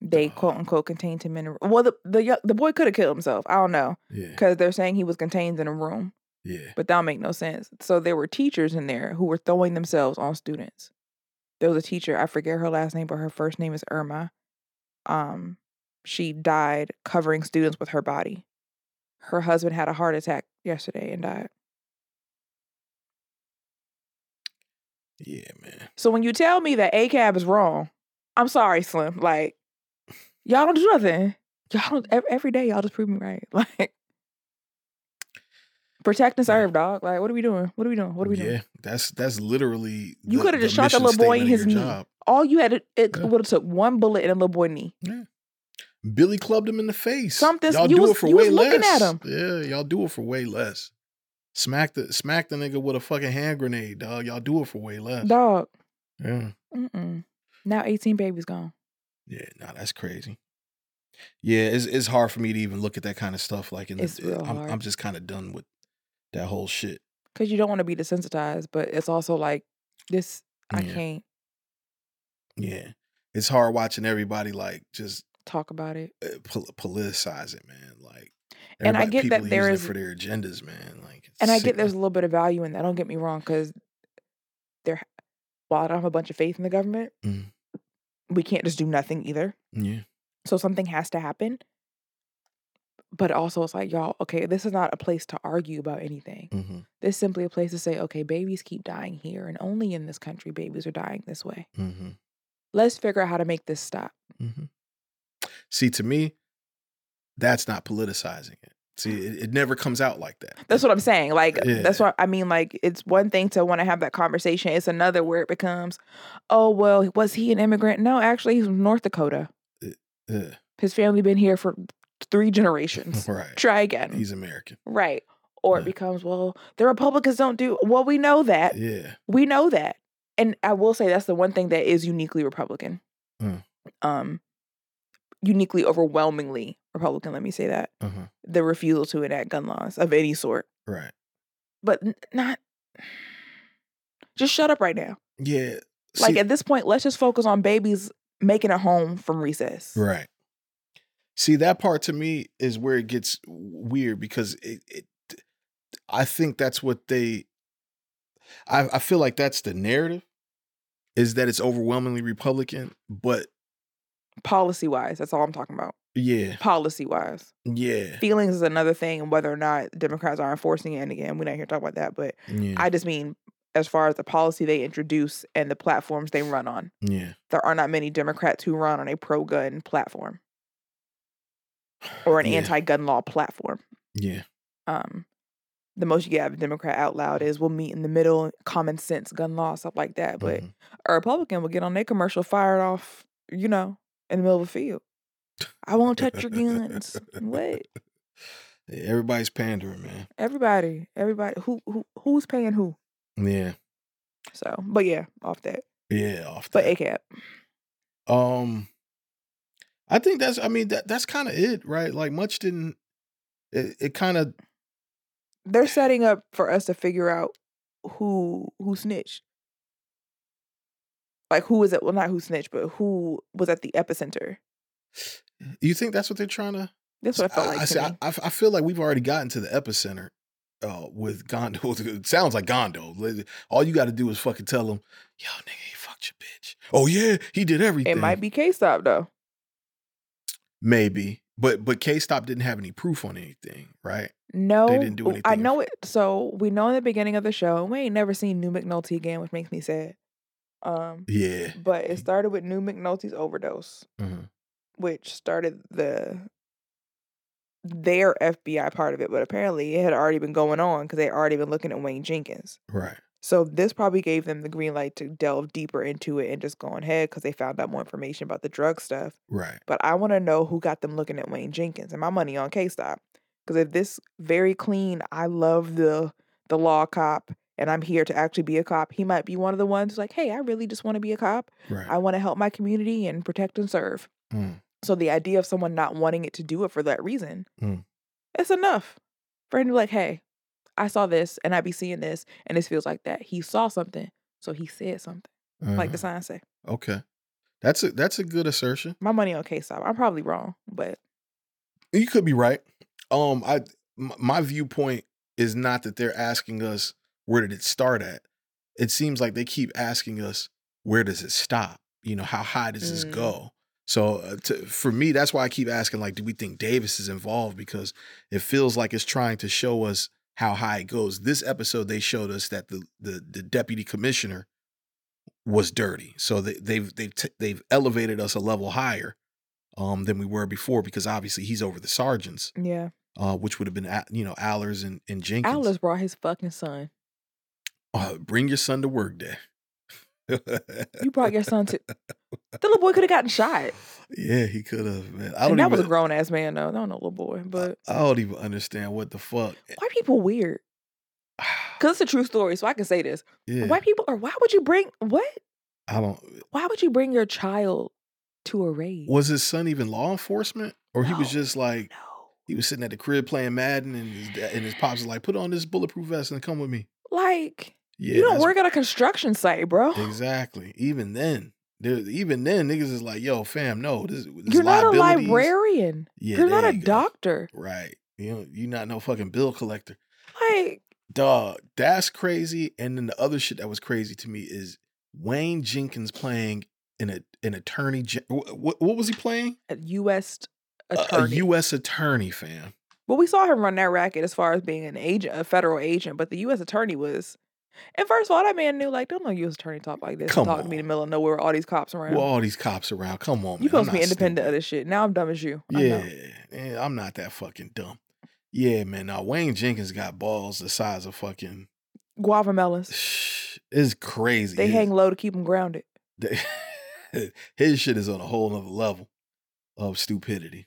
they quote unquote contained him in a room. Well, the, the, yo- the boy could have killed himself. I don't know Yeah. because they're saying he was contained in a room, Yeah. but that'll make no sense. So there were teachers in there who were throwing themselves on students. There was a teacher, I forget her last name, but her first name is Irma. Um, she died covering students with her body. Her husband had a heart attack yesterday and died. Yeah, man. So when you tell me that ACAB is wrong, I'm sorry, Slim. Like, y'all don't do nothing. Y'all don't ev- every day. Y'all just prove me right. [laughs] Like, protect and serve, dog. Like, what are we doing? What are we doing? What are we yeah, doing? that's that's literally You the- coulda the just shot the mission little boy in statement of his your knee. All you had to, it Yeah. would have took one bullet in a little boy knee. Billy clubbed him in the face. Something- y'all you do was- it for you way was looking less. at him. Yeah, y'all do it for way less. Smack the smack the nigga with a fucking hand grenade, dog. Y'all do it for way less. Dog. Yeah, Mm-mm. Now 18 babies gone. yeah, no, that's crazy. Yeah, it's it's hard for me to even look at that kind of stuff. Like, in It's the, real I'm, hard. I'm just kind of done with that whole shit. Because you don't want to be desensitized, but it's also like this. I Yeah. can't Yeah, it's hard watching everybody like just talk about it. uh, pol- politicize it, man. Like, And I everybody- get that people there using it is- for their agendas, man. Like, it's And I sickening. get there's a little bit of value in that. Don't get me wrong, because there, while I don't have a bunch of faith in the government, Mhm. we can't just do nothing either. yeah, So something has to happen. But also, it's like y'all, okay, this is not a place to argue about anything. hmm This is simply a place to say, okay, babies keep dying here, and only in this country babies are dying this way. hmm Let's figure out how to make this stop. hmm See, to me, that's not politicizing it. See, it, it never comes out like that. That's what I'm saying. Like that's Yeah. what I mean. Like it's one thing to want to have that conversation. It's another where it becomes, oh well, was he an immigrant? No, actually, he's from North Dakota. Yeah, [laughs] His family been here for three generations. right. Try again. He's American. right. Or Yeah. it becomes, well, the Republicans don't do well. We know that. Yeah, We know that. And I will say that's the one thing that is uniquely Republican. Mm. Um, uniquely, overwhelmingly Republican. Let me say that uh-huh. the refusal to enact gun laws of any sort. right. but n- not just shut up right now Yeah, like see- at this point let's just focus on babies making a home from recess Right. See, that part to me is where it gets weird because it, it I think that's what they I, I feel like that's the narrative is that it's overwhelmingly Republican, but policy wise that's all i'm talking about yeah, policy wise yeah, feelings is another thing and whether or not democrats are enforcing it and again we're not here to talk about that but yeah, i just mean as far as the policy they introduce and the platforms they run on yeah. there are not many democrats who run on a pro-gun platform or an Yeah. anti-gun law platform Yeah, um the most you get out of a Democrat out loud is we'll meet in the middle, common sense, gun law, stuff like that. But mhm. a Republican will get on their commercial, [laughs] fired off, you know, in the middle of a field. I won't touch your guns. what? Everybody's pandering, man. Everybody, everybody, who who who's paying who? Yeah, So, but yeah, off that. yeah. Off But that. ACAP. Um, I think that's. I mean, that that's kind of it, right? Like, much didn't. It, it kind of They're setting up for us to figure out who who snitched. Like who was it? Well, not who snitched, but who was at the epicenter. you think that's what they're trying to. That's what I felt I, like. I to see, I, me. I I feel like we've already gotten to the epicenter uh, with Gondo. [laughs] it sounds like Gondo. Li- All you got to do is fucking tell him, yo, nigga, he fucked your bitch. Oh yeah, he did everything. it might be K stop though. maybe, but but K Stop didn't have any proof on anything, right? No, didn't do w- I anything know it. So we know in the beginning of the show, and we ain't never seen New McNulty again, which makes me sad. Um, Yeah, but it started with New McNulty's overdose, Mhm. which started the their FBI part of it. But apparently, it had already been going on because they had already been looking at Wayne Jenkins. right. So this probably gave them the green light to delve deeper into it and just go on ahead because they found out more information about the drug stuff Right. but I want to know who got them looking at Wayne Jenkins and my money on K Stop. Because if this very clean, I love the the law cop and I'm here to actually be a cop, he might be one of the ones who's like, hey, I really just want to be a cop. Right. I want to help my community and protect and serve. Mm. So the idea of someone not wanting it to do it for that reason, Mm. it's enough for him to be like, hey, I saw this and I be seeing this and this feels like that. He saw something, so he said something, like Uh-huh. the sign say. Okay, that's a that's a good assertion. My money on K Stop. I'm probably wrong, but You could be right. Um, I m- my viewpoint is not that they're asking us where did it start at. It seems like they keep asking us where does it stop. You know, how high does this Mm. go? So uh, to, for me, that's why I keep asking like, do we think Davis is involved? Because it feels like it's trying to show us how high it goes. This episode, they showed us that the the, the deputy commissioner was dirty, so they, they've they've t- they've elevated us a level higher um, than we were before because obviously he's over the sergeants yeah. uh, which would have been A- you know Allers and, and Jenkins. Alice brought his fucking son. Uh, bring your son to work day. You brought your son to. The little boy could have gotten shot. [laughs] yeah, he could have. Man, I And don't that even. was a grown ass man, though. I don't know, little boy. [sighs] But I, I don't even understand what the fuck. eh, why people weird? [sighs] Because it's a true story, so I can say this. yeah, Why people, or why would you bring, what? I don't. eh, Why would you bring your child to a raid? Was his son even law enforcement, or he was No. just like No. he was sitting at the crib playing Madden, and his da- and his pops was like, "Put on this bulletproof vest and come with me." Like, Yeah, you don't that's- work at a construction site, bro. exactly. Even then, there, even then, niggas is like, "Yo, fam, no, this, this You're not a liabilities." librarian. Yeah, You're not there a you go. doctor. Right. You know, you're not no fucking bill collector. Like, Dog, that's crazy. And then the other shit that was crazy to me is Wayne Jenkins playing an a, an attorney. gen- wh- What, what was he playing? a U.S. A- attorney. A, U.S. attorney, fam. Well, we saw him run that racket as far as being an agent, a federal agent, but the U.S. attorney was. And first of all, that man knew like, don't no U.S. attorney talk like this. Come talk to me in the middle of nowhere, with all these cops around. Well, all these cops around. Come on, man. you supposed to I'm be not independent stupid. of this shit. Now I'm dumb as you. I Yeah, know. eh, I'm not that fucking dumb. Yeah, man. Now Wayne Jenkins got balls the size of fucking. [sighs] Guava melons. It's crazy. They His- hang low to keep them grounded. They- [laughs] his shit is on a whole nother level of stupidity.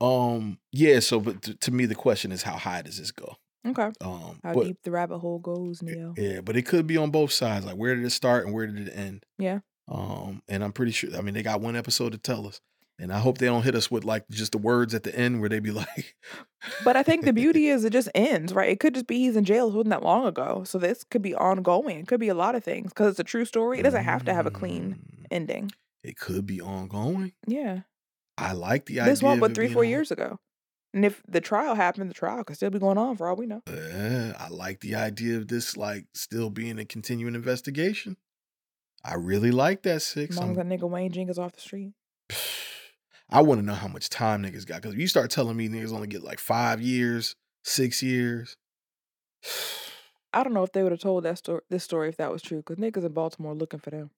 Um, yeah. So, but to, to me, the question is, how high does this go? Okay. Um, How but deep the rabbit hole goes, Neo. yeah, but it could be on both sides. Like, where did it start and where did it end? Yeah. Um, and I'm pretty sure. I mean, they got one episode to tell us, and I hope they don't hit us with like just the words at the end where they be [laughs] like, But I think the beauty is it just ends, right? It could just be he's in jail. It wasn't that long ago. So this could be ongoing. It could be a lot of things because it's a true story. It doesn't have to have a clean Mm, ending. It could be ongoing. Yeah. I like the idea. this one, of but it three, being four on- years ago. And if the trial happened, the trial could still be going on for all we know. Uh, I like the idea of this like still being a continuing investigation. I really like that As six. long as that I'm- nigga Wayne Jenkins off the street. [sighs] I want to know how much time niggas got because if you start telling me niggas only get like five years, six years, [sighs] I don't know if they would have told that story, this story, if that was true, because niggas in Baltimore looking for them.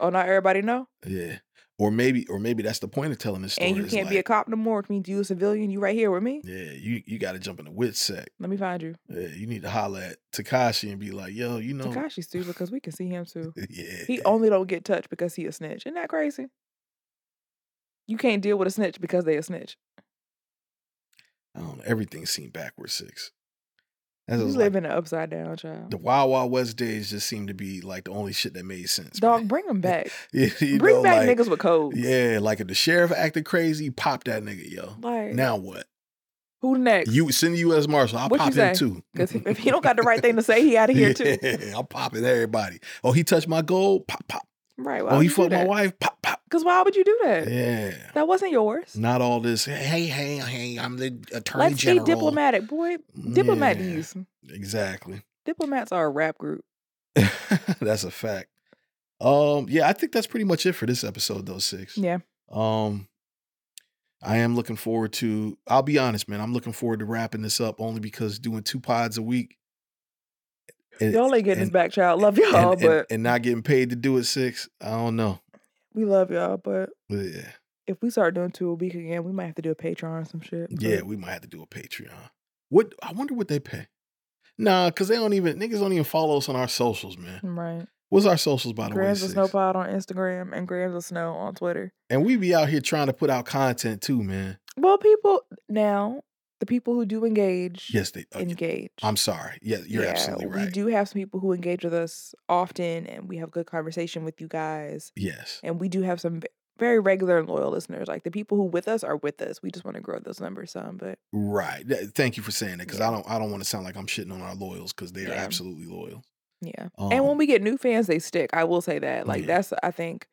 Oh, not everybody know, yeah, or maybe or maybe that's the point of telling this story. and you is can't be a like, cop no more, which means you a civilian. You right here with me. Yeah, you you got to jump in the wit sack. Let me find you. Yeah, you need to holler at Takashi and be like, yo, you know, Takashi's stupid because we can see him too. [laughs] yeah, He only don't get touched because he a snitch. Isn't that crazy? You can't deal with a snitch because they a snitch. I don't know. Everything seemed backwards six. As You I was live like, in an upside down child. the Wild Wild West days just seemed to be like the only shit that made sense. Dog, man. bring them back. [laughs] You- you bring know, back like, niggas with codes. Yeah, like if the sheriff acted crazy, pop that nigga, yo. Like Now what? who next? You send the U.S. Marshal. I'll What you pop say? him too. Because if he don't got the right thing to say, he out of here too. [laughs] Yeah, I'm popping everybody. Oh, he touched my gold. Pop, pop. Right. oh, he fucked my wife. Pop, pop. Because why would you do that? Yeah. That wasn't yours. Not all this. Hey, hey, hey. I'm the attorney Let's general. be diplomatic, boy. Diplomat Yeah, these. Exactly. Diplomats are a rap group. [laughs] that's a fact. Um, yeah, I think that's pretty much it for this episode, though. Six. Yeah. Um, I am looking forward to. I'll be honest, man. I'm looking forward to wrapping this up only because doing two pods a week. and- Y'all ain't getting this and- back, child. Love y'all, and, but and, and not getting paid to do it six. I don't know. we love y'all. But But yeah, if we start doing two a week again, we might have to do a Patreon or some shit. but- yeah, we might have to do a Patreon. What I wonder what they pay. Nah, cause they don't even niggas don't even follow us on our socials, man. Right. What's our socials by the Grams way? of Six? Snow Pod on Instagram and Grams of Snow on Twitter. And we be out here trying to put out content too, man. Well, people now, the people who do engage, Yes, they. oh, engage. I'm sorry. Yeah, you're Yeah, absolutely right. We do have some people who engage with us often, and we have good conversation with you guys. Yes. And we do have some ve- very regular and loyal listeners. Like the people who with us are with us. We just want to grow those numbers some, but Right. Th- Thank you for saying that because Yeah. I don't I don't want to sound like I'm shitting on our loyals because they are Yeah. absolutely loyal. yeah. Um, and when we get new fans, they stick. I will say that. Like Yeah. that's I think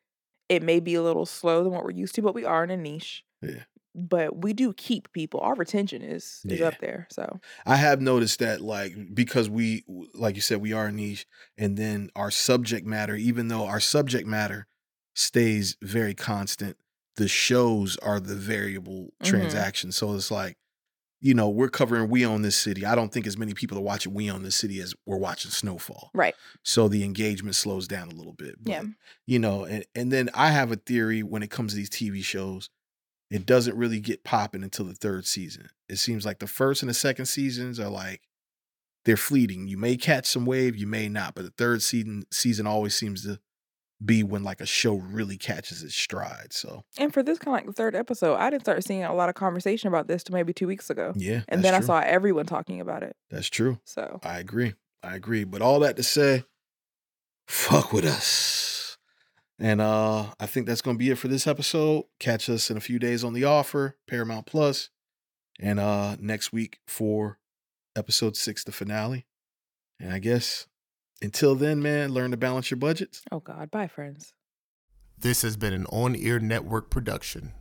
it may be a little slow than what we're used to, but we are in a niche. Yeah. But we do keep people. Our retention is is Yeah. up there. So I have noticed that like because we like you said we are niche and then our subject matter even though our subject matter stays very constant the shows are the variable Mhm. transaction so it's like you know we're covering we own this city I don't think as many people are watching we own this city as we're watching snowfall right. so the engagement slows down a little bit But, Yeah. you know and and then I have a theory when it comes to these TV shows it doesn't really get popping until the third season. It seems like the first and the second seasons are like they're fleeting. You may catch some wave, you may not, but the third season season always seems to be when like a show really catches its stride. So And for this kind of like the third episode, I didn't start seeing a lot of conversation about this to maybe two weeks ago. yeah, that's And then true. I saw everyone talking about it. that's true. So I agree. I agree. But all that to say, fuck with us. And uh I think that's gonna be it for this episode. Catch us in a few days on the offer, Paramount Plus, and uh next week for episode six, the finale. And I guess until then, man, learn to balance your budgets. Oh God, bye, friends. This has been an on air network production.